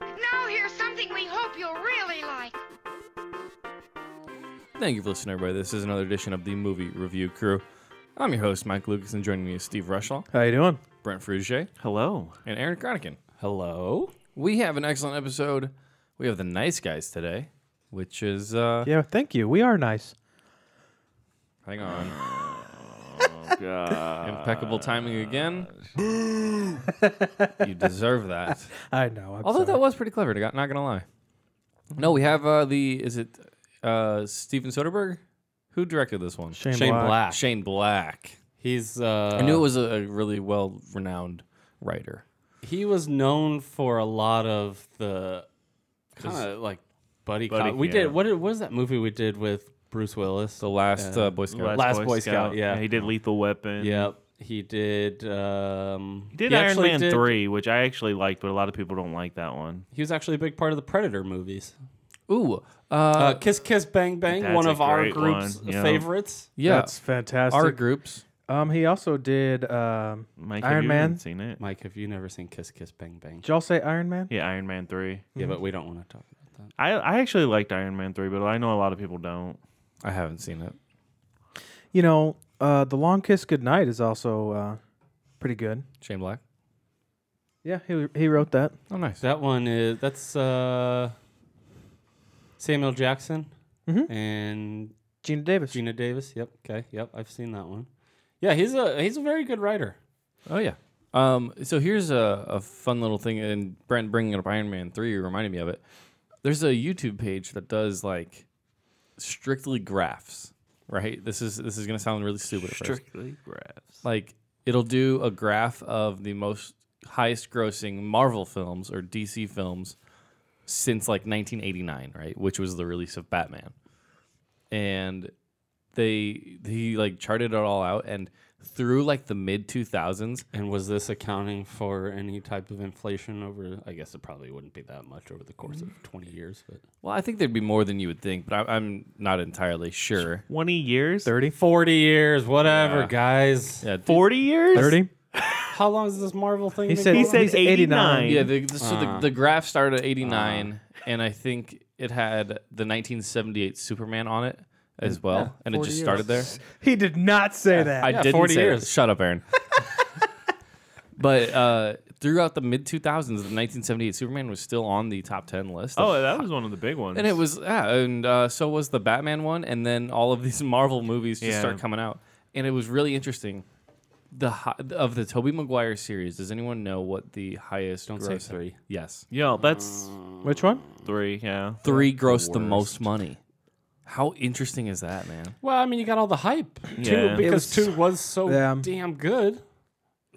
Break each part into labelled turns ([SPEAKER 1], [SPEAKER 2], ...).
[SPEAKER 1] Now here's something we hope you'll really like.
[SPEAKER 2] Thank you for listening, everybody. This is another edition of the Movie Review Crew. I'm your host, Mike Lucas, and joining me is Steve Rushlaw,
[SPEAKER 3] How you doing?
[SPEAKER 2] Brent Frugier,
[SPEAKER 3] Hello.
[SPEAKER 2] and Aaron Cronican.
[SPEAKER 4] Hello?
[SPEAKER 2] We have an excellent episode. We have the nice guys today, which is uh
[SPEAKER 3] Yeah, thank you. We are nice.
[SPEAKER 2] hang on. Impeccable timing again. you deserve that.
[SPEAKER 3] I know. I'm
[SPEAKER 2] Although
[SPEAKER 3] sorry.
[SPEAKER 2] that was pretty clever, not not gonna lie. No, we have uh the is it uh Steven Soderbergh? Who directed this one?
[SPEAKER 3] Shane,
[SPEAKER 4] Shane
[SPEAKER 3] Black.
[SPEAKER 4] Black.
[SPEAKER 2] Shane Black.
[SPEAKER 4] He's uh
[SPEAKER 2] I knew it was a, a really well renowned writer.
[SPEAKER 4] he was known for a lot of the kind of like buddy,
[SPEAKER 2] buddy-
[SPEAKER 4] cop. We
[SPEAKER 2] yeah.
[SPEAKER 4] did what did- what was that movie we did with Bruce Willis?
[SPEAKER 2] The last uh, Boy Scout.
[SPEAKER 4] Last Boy Scout, yeah.
[SPEAKER 5] He did Lethal Weapon.
[SPEAKER 4] Yep. He did um
[SPEAKER 5] He did Iron
[SPEAKER 4] actually
[SPEAKER 5] Man
[SPEAKER 4] did-
[SPEAKER 5] 3, which I actually liked, but a lot of people don't like that one.
[SPEAKER 4] He was actually a big part of the Predator movies.
[SPEAKER 2] Ooh, uh,
[SPEAKER 4] Uh, Kiss Kiss Bang Bang,
[SPEAKER 5] That's
[SPEAKER 4] one
[SPEAKER 5] a
[SPEAKER 4] of our
[SPEAKER 5] great
[SPEAKER 4] group's
[SPEAKER 5] one, yeah.
[SPEAKER 4] favorites.
[SPEAKER 2] yeah,
[SPEAKER 3] That's fantastic.
[SPEAKER 2] our groups.
[SPEAKER 3] um, he also did um,
[SPEAKER 5] Mike, have
[SPEAKER 3] Iron
[SPEAKER 5] you
[SPEAKER 3] Man.
[SPEAKER 5] seen it?
[SPEAKER 4] Mike, have you never seen Kiss Kiss Bang Bang?
[SPEAKER 3] Did y'all say Iron Man?
[SPEAKER 5] Yeah, Iron Man 3.
[SPEAKER 4] Yeah, but we don't want to talk about that.
[SPEAKER 5] I, I actually liked Iron Man 3, but I know a lot of people don't.
[SPEAKER 2] I haven't seen it.
[SPEAKER 3] You know, uh, The Long Kiss Goodnight is also uh, pretty good.
[SPEAKER 2] Shane Black.
[SPEAKER 3] Yeah, he he wrote that.
[SPEAKER 2] Oh, nice.
[SPEAKER 4] That one is that's uh Samuel Jackson
[SPEAKER 3] Mhm.
[SPEAKER 4] and
[SPEAKER 3] Gina Davis.
[SPEAKER 4] Gina Davis. Yep. Okay. Yep. I've seen that one. Yeah, he's a he's a very good writer.
[SPEAKER 2] Oh yeah. Um, so here's a, a fun little thing, and Brent bringing up Iron Man three reminded me of it. There's a YouTube page that does like strictly graphs, right? This is this is gonna sound really stupid at first.
[SPEAKER 5] Strictly graphs.
[SPEAKER 2] Like it'll do a graph of the most highest grossing Marvel films or DC films since like 1989, right? Which was the release of Batman. And they he like charted it all out and through like the mid 2000s
[SPEAKER 4] And was this accounting for any type of inflation over? I guess it probably wouldn't be that much over the course of twenty years, but
[SPEAKER 2] Well, I think there'd be more than you would think, but I, I'm not entirely sure.
[SPEAKER 5] 20 years?
[SPEAKER 3] 30.
[SPEAKER 4] forty years, whatever, guys.
[SPEAKER 2] Yeah, d-
[SPEAKER 5] 40 years?
[SPEAKER 3] 30.
[SPEAKER 4] How long has this Marvel thing?
[SPEAKER 3] He
[SPEAKER 4] been
[SPEAKER 3] said,
[SPEAKER 4] going
[SPEAKER 5] He
[SPEAKER 4] on?
[SPEAKER 5] said
[SPEAKER 3] he's 89.
[SPEAKER 5] 89.
[SPEAKER 2] yeah. The, the, so
[SPEAKER 3] Uh.
[SPEAKER 2] the, the graph started at '89,
[SPEAKER 3] Uh-huh.
[SPEAKER 2] and I think it had the 1978 Superman on it as well, and it just started there.
[SPEAKER 3] He did not say that.
[SPEAKER 2] I didn't
[SPEAKER 4] 40
[SPEAKER 2] say that.
[SPEAKER 4] years.
[SPEAKER 2] Shut up, Aaron. but uh, throughout the mid 2000s, the 1978 Superman was still on the top 10 list. of
[SPEAKER 5] Oh, that was one of the big ones.
[SPEAKER 2] And it was, yeah, and uh, so was the Batman one, and then all of these Marvel movies just
[SPEAKER 5] Yeah.
[SPEAKER 2] start coming out, and it was really interesting. The hi- of the Toby Maguire series, does anyone know what the highest?
[SPEAKER 4] Don't say
[SPEAKER 2] gross
[SPEAKER 4] three.
[SPEAKER 2] Yes,
[SPEAKER 5] Yo, that's
[SPEAKER 6] Mm.
[SPEAKER 3] Which one?
[SPEAKER 5] three, yeah.
[SPEAKER 2] three grossed the, most money. How interesting is that, man?
[SPEAKER 4] Well, I mean, you got all the hype
[SPEAKER 5] Yeah.
[SPEAKER 4] too, because
[SPEAKER 3] was-
[SPEAKER 4] two was so
[SPEAKER 3] Yeah.
[SPEAKER 4] damn good.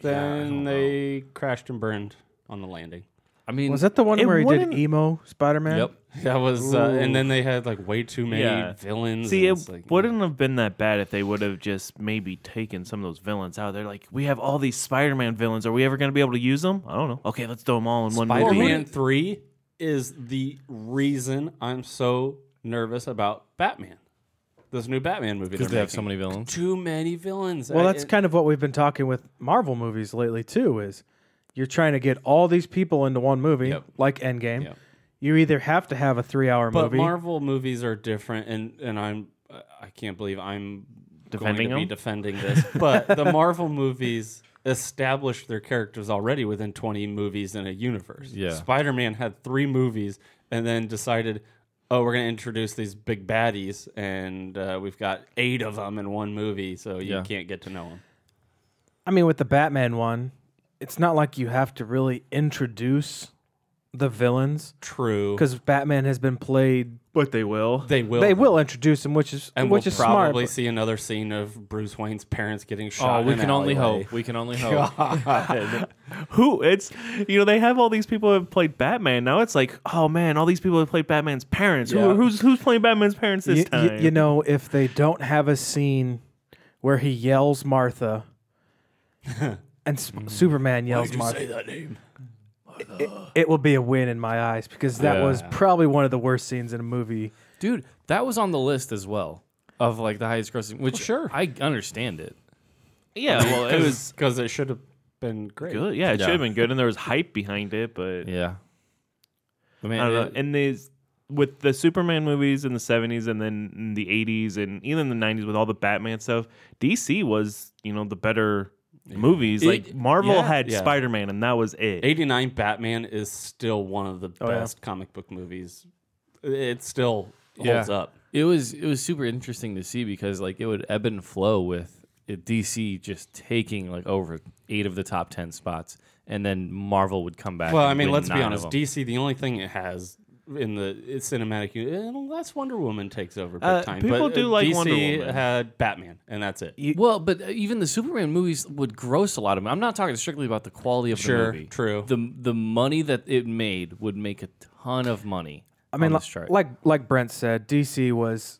[SPEAKER 4] Then they crashed and burned on the landing.
[SPEAKER 2] I mean,
[SPEAKER 3] Was that the one
[SPEAKER 5] It
[SPEAKER 3] where he did
[SPEAKER 5] wouldn't-
[SPEAKER 3] emo Spider Man?
[SPEAKER 2] Yep.
[SPEAKER 4] That was, uh, and then they had like way too many
[SPEAKER 5] Yeah.
[SPEAKER 4] villains.
[SPEAKER 5] See,
[SPEAKER 4] and
[SPEAKER 5] it
[SPEAKER 4] it's
[SPEAKER 6] mm.
[SPEAKER 4] like,
[SPEAKER 5] wouldn't have been that bad if they would have just maybe taken some of those villains out. They're like, we have all these Spider-Man villains. Are we ever going to be able to use them? I don't know. Okay, let's throw them all in one
[SPEAKER 4] Spider-Man
[SPEAKER 5] movie.
[SPEAKER 4] Three is the reason I'm so nervous about Batman. This new Batman movie
[SPEAKER 2] because
[SPEAKER 4] they're
[SPEAKER 2] they have so
[SPEAKER 4] making.
[SPEAKER 2] many villains.
[SPEAKER 4] too many villains.
[SPEAKER 3] Well,
[SPEAKER 4] I-
[SPEAKER 3] that's
[SPEAKER 4] it-
[SPEAKER 3] kind of what we've been talking with Marvel movies lately too. Is you're trying to get all these people into one movie,
[SPEAKER 4] Yep.
[SPEAKER 3] like Endgame.
[SPEAKER 4] Yep.
[SPEAKER 3] You either have to have a three-hour
[SPEAKER 4] but
[SPEAKER 3] movie.
[SPEAKER 4] Marvel movies are different, and and I'm I can't believe I'm
[SPEAKER 5] Defending them?
[SPEAKER 4] going to be defending this, but the Marvel movies established their characters already within 20 movies in a universe.
[SPEAKER 2] Yeah.
[SPEAKER 4] Spider-Man had three movies and then decided, oh, we're going to introduce these big baddies, and uh, we've got eight of them in one movie, so you
[SPEAKER 2] Yeah.
[SPEAKER 4] can't get to know them.
[SPEAKER 3] I mean, with the Batman one, it's not like you have to really introduce the villains
[SPEAKER 4] True,
[SPEAKER 3] because Batman has been played.
[SPEAKER 5] But they will.
[SPEAKER 4] they will.
[SPEAKER 3] They will introduce him, which is
[SPEAKER 4] And
[SPEAKER 3] which
[SPEAKER 4] we'll
[SPEAKER 3] is
[SPEAKER 4] probably
[SPEAKER 3] smart.
[SPEAKER 4] see another scene of Bruce Wayne's parents getting
[SPEAKER 2] Oh,
[SPEAKER 4] shot.
[SPEAKER 2] we
[SPEAKER 4] in an
[SPEAKER 2] can only
[SPEAKER 4] alleyway.
[SPEAKER 2] hope. We can only hope.
[SPEAKER 5] who it's you know they have all these people who have played Batman. Now it's like, oh man, all these people have played Batman's parents.
[SPEAKER 3] Yeah.
[SPEAKER 5] Who, who's who's playing Batman's parents this
[SPEAKER 3] Y- y-
[SPEAKER 5] time?
[SPEAKER 3] you know, if they don't have a scene where he yells Martha and S- Superman yells Martha,
[SPEAKER 4] that name.
[SPEAKER 3] it, it will be a win in my eyes because that was
[SPEAKER 2] Yeah.
[SPEAKER 3] probably one of the worst scenes in a movie.
[SPEAKER 2] Dude, that was on the list as well of like the highest grossing, which sure. I understand it.
[SPEAKER 5] yeah, well it was
[SPEAKER 4] because it should have been great.
[SPEAKER 5] good. Yeah, it
[SPEAKER 2] Yeah.
[SPEAKER 5] should have been good, and there was hype behind it, but
[SPEAKER 2] Yeah. I mean,
[SPEAKER 5] I don't know.
[SPEAKER 2] it-
[SPEAKER 5] And these with the Superman movies in the seventies and then in the eighties and even the nineties with all the Batman stuff, DC was, you know, the better movies.
[SPEAKER 4] It-
[SPEAKER 5] like Marvel
[SPEAKER 4] yeah,
[SPEAKER 5] had
[SPEAKER 4] yeah.
[SPEAKER 5] Spider Man and that was it.
[SPEAKER 4] 89 Batman is still one of the
[SPEAKER 5] Oh,
[SPEAKER 3] yeah.
[SPEAKER 4] best comic book movies. It still
[SPEAKER 2] Yeah.
[SPEAKER 4] holds up.
[SPEAKER 2] it was it was super interesting to see because like it would ebb and flow with it- DC just taking like over eight of the top ten spots, and then Marvel would come back.
[SPEAKER 4] Well,
[SPEAKER 2] and
[SPEAKER 4] I mean,
[SPEAKER 2] win
[SPEAKER 4] let's be
[SPEAKER 2] nine of
[SPEAKER 4] honest.
[SPEAKER 2] them.
[SPEAKER 4] DC, the only thing it has in the it's cinematic unless Wonder Woman takes over big
[SPEAKER 5] Uh,
[SPEAKER 4] time.
[SPEAKER 5] people
[SPEAKER 4] but, uh,
[SPEAKER 5] do like
[SPEAKER 4] DC
[SPEAKER 5] Wonder Woman.
[SPEAKER 4] had Batman, and that's it.
[SPEAKER 2] well, but uh, even the Superman movies would gross a lot of money. I'm not talking strictly about the quality of
[SPEAKER 4] Sure,
[SPEAKER 2] the movie.
[SPEAKER 4] true.
[SPEAKER 2] The the money that it made would make a ton of money.
[SPEAKER 3] I mean,
[SPEAKER 2] on
[SPEAKER 3] li-
[SPEAKER 2] this chart.
[SPEAKER 3] like like Brent said, DC was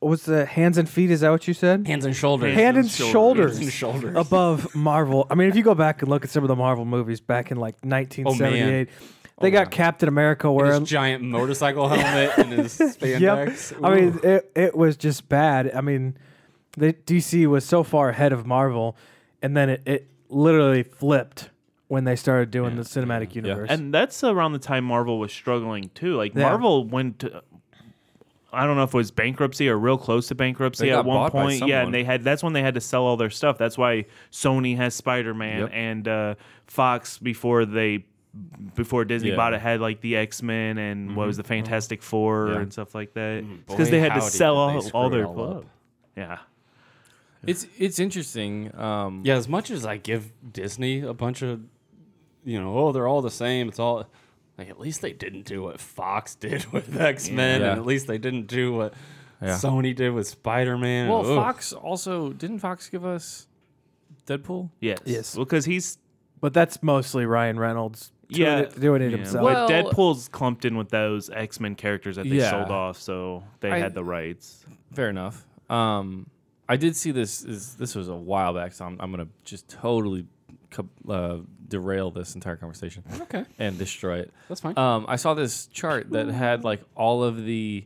[SPEAKER 3] what was the hands and feet? Is that what you said?
[SPEAKER 4] Hands and shoulders.
[SPEAKER 3] Hand and shoulders,
[SPEAKER 4] Hands and shoulders.
[SPEAKER 3] above Marvel. I mean, if you go back and look at some of the Marvel movies back in like
[SPEAKER 4] Oh,
[SPEAKER 3] 1978, they got Captain America
[SPEAKER 4] His
[SPEAKER 3] wearing
[SPEAKER 4] giant motorcycle helmet and his
[SPEAKER 3] Yep.
[SPEAKER 4] spandex.
[SPEAKER 3] I mean,
[SPEAKER 4] Ooh.
[SPEAKER 3] it, it was just bad. I mean, the DC was so far ahead of Marvel, and then it, it literally flipped when they started doing the cinematic universe.
[SPEAKER 5] And that's around the time Marvel was struggling too. Like
[SPEAKER 3] Yeah.
[SPEAKER 5] Marvel went to I don't know if it was bankruptcy or real close to bankruptcy
[SPEAKER 2] They
[SPEAKER 5] at
[SPEAKER 2] got
[SPEAKER 5] one
[SPEAKER 2] bought by
[SPEAKER 5] point. Yeah,
[SPEAKER 2] someone.
[SPEAKER 5] and they had that's when they had to sell all their stuff. That's why Sony has Spider Man
[SPEAKER 2] Yep.
[SPEAKER 5] and uh, Fox before they before Disney
[SPEAKER 2] Yeah. Mm-hmm.
[SPEAKER 5] bought it had like the X Men and what was the Fantastic Four and stuff like that. Because
[SPEAKER 4] Mm-hmm. boy,
[SPEAKER 5] they had to
[SPEAKER 4] howdy,
[SPEAKER 5] sell
[SPEAKER 4] did they
[SPEAKER 5] all,
[SPEAKER 4] screw
[SPEAKER 5] all
[SPEAKER 4] it
[SPEAKER 5] their
[SPEAKER 4] all
[SPEAKER 5] all
[SPEAKER 4] up.
[SPEAKER 5] Yeah.
[SPEAKER 2] It's it's interesting. Um,
[SPEAKER 4] yeah, as much as I give Disney a bunch of, you know, oh, they're all the same. It's all like at least they didn't do what Fox did with X Men,
[SPEAKER 2] Yeah.
[SPEAKER 4] and at least they didn't do what
[SPEAKER 2] Yeah.
[SPEAKER 4] Sony did with Spider Man.
[SPEAKER 2] Well, Fox also didn't Fox give us Deadpool?
[SPEAKER 5] Yes.
[SPEAKER 3] Yes.
[SPEAKER 5] Well, because he's
[SPEAKER 3] but that's mostly Ryan Reynolds doing
[SPEAKER 5] Yeah.
[SPEAKER 3] it, doing it
[SPEAKER 5] Yeah.
[SPEAKER 3] himself.
[SPEAKER 2] Well-
[SPEAKER 5] but Deadpool's clumped in with those X Men characters that they
[SPEAKER 2] Yeah.
[SPEAKER 5] sold off, so they
[SPEAKER 2] I-
[SPEAKER 5] had the rights.
[SPEAKER 2] Fair enough. Um, I did see this. Is this was a while back, so I'm, I'm gonna just totally co- uh, derail this entire conversation
[SPEAKER 4] Okay,
[SPEAKER 2] and destroy it.
[SPEAKER 4] that's fine.
[SPEAKER 2] Um, I saw this chart that had like all of the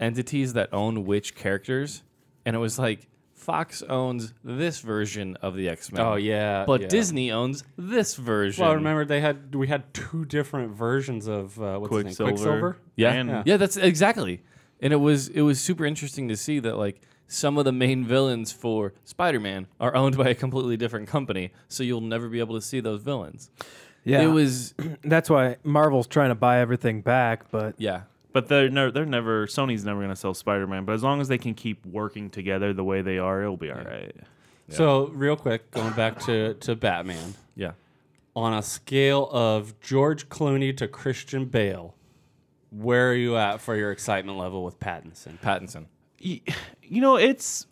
[SPEAKER 2] entities that own which characters, and it was like Fox owns this version of the X Men.
[SPEAKER 4] oh yeah,
[SPEAKER 2] but
[SPEAKER 4] yeah.
[SPEAKER 2] Disney owns this version.
[SPEAKER 4] Well, I remember they had we had two different versions of uh, what's his name?
[SPEAKER 5] Quicksilver.
[SPEAKER 4] Quicksilver.
[SPEAKER 2] Yeah.
[SPEAKER 5] And-
[SPEAKER 2] yeah, that's exactly. And it was it was super interesting to see that like some of the main villains for Spider-Man are owned by a completely different company, so you'll never be able to see those villains.
[SPEAKER 3] yeah,
[SPEAKER 2] It was
[SPEAKER 3] that's why Marvel's trying to buy everything back. But
[SPEAKER 2] yeah.
[SPEAKER 5] But they're no, they're never Sony's never gonna sell Spider Man. But as long as they can keep working together the way they are, it'll be all right.
[SPEAKER 4] So real quick, going back to to Batman.
[SPEAKER 2] Yeah.
[SPEAKER 4] on a scale of George Clooney to Christian Bale, where are you at for your excitement level with Pattinson?
[SPEAKER 2] Pattinson.
[SPEAKER 5] Y- You know, it's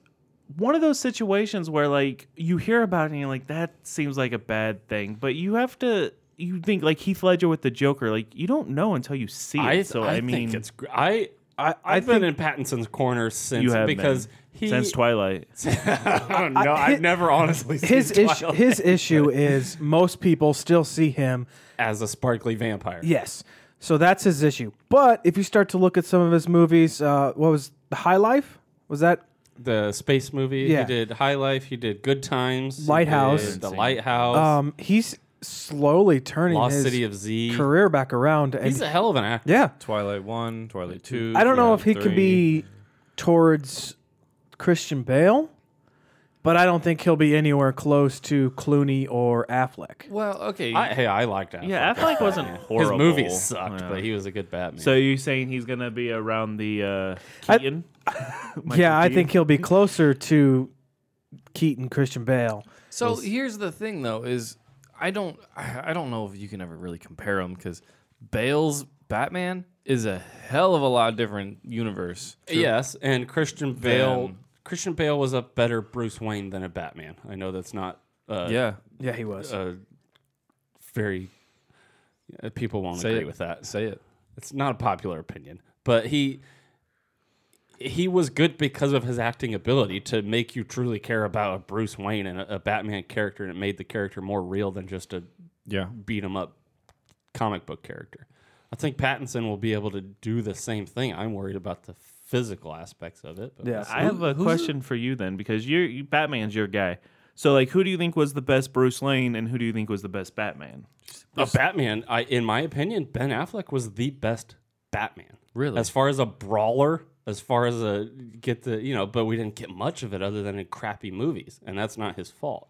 [SPEAKER 5] one of those situations where like you hear about it and you're like, that seems like a bad thing, but you have to. You think like Heath Ledger with the Joker, like you don't know until you see it. so I, mean,
[SPEAKER 4] think it's gr- I
[SPEAKER 3] I, I
[SPEAKER 4] I've
[SPEAKER 3] think
[SPEAKER 4] been in Pattinson's corner since
[SPEAKER 5] you have
[SPEAKER 4] because
[SPEAKER 5] been.
[SPEAKER 4] he
[SPEAKER 5] since Twilight.
[SPEAKER 4] I don't know.
[SPEAKER 3] I-
[SPEAKER 4] I've never honestly seen
[SPEAKER 3] his issue
[SPEAKER 4] Twilight
[SPEAKER 3] his issue is most people still see him
[SPEAKER 4] as a sparkly vampire.
[SPEAKER 3] Yes. So that's his issue. But if you start to look at some of his movies, uh, what was The High Life? Was that
[SPEAKER 4] The space movie.
[SPEAKER 3] Yeah.
[SPEAKER 4] He did High Life. He did Good Times. he
[SPEAKER 3] Lighthouse.
[SPEAKER 4] did the Lighthouse.
[SPEAKER 3] um, he's slowly turning
[SPEAKER 4] Lost
[SPEAKER 3] Um, his
[SPEAKER 4] City of Z.
[SPEAKER 3] career back around and
[SPEAKER 4] He's a hell of an actor.
[SPEAKER 3] yeah.
[SPEAKER 2] Twilight 1, Twilight 2.
[SPEAKER 3] I don't know if he
[SPEAKER 2] Twilight
[SPEAKER 3] can
[SPEAKER 2] 3.
[SPEAKER 3] be towards Christian Bale, but I don't think he'll be anywhere close to Clooney or Affleck.
[SPEAKER 2] Well, okay.
[SPEAKER 4] I, hey, I liked that.
[SPEAKER 5] Yeah, Affleck wasn't
[SPEAKER 4] His
[SPEAKER 5] horrible.
[SPEAKER 4] movie sucked,
[SPEAKER 5] Yeah.
[SPEAKER 4] but he was a good Batman.
[SPEAKER 5] So you saying he's gonna be around the uh,
[SPEAKER 3] I-
[SPEAKER 5] Keaton? Michael
[SPEAKER 3] yeah, I
[SPEAKER 5] Keaton?
[SPEAKER 3] think he'll be closer to Keaton Christian Bale.
[SPEAKER 2] So here's the thing, though, is I don't I I don't know if you can ever really compare them because Bale's Batman is a hell of a lot different universe.
[SPEAKER 4] Yes, and Christian Bale.
[SPEAKER 2] Then-
[SPEAKER 4] Christian Bale was a better Bruce Wayne than a Batman. I know that's not uh,
[SPEAKER 2] yeah.
[SPEAKER 3] Yeah, he was.
[SPEAKER 4] uh, very uh, people won't
[SPEAKER 2] Say
[SPEAKER 4] agree
[SPEAKER 2] it.
[SPEAKER 4] with that.
[SPEAKER 2] Say it.
[SPEAKER 4] It's not a popular opinion, but he he was good because of his acting ability to make you truly care about a Bruce Wayne and a, a Batman character, and it made the character more real than just a
[SPEAKER 2] Yeah.
[SPEAKER 4] beat 'em up comic book character. I think Pattinson will be able to do the same thing. I'm worried about the physical aspects of it. But
[SPEAKER 3] yeah.
[SPEAKER 5] I have a question for you then, because you're you, Batman's your guy. So like, who do you think was the best Bruce Lane, and who do you think was the best Batman?
[SPEAKER 4] a Batman, I in my opinion, Ben Affleck was the best Batman.
[SPEAKER 2] Really?
[SPEAKER 4] As far as a brawler, as far as a get the you know, but we didn't get much of it other than in crappy movies, and that's not his fault.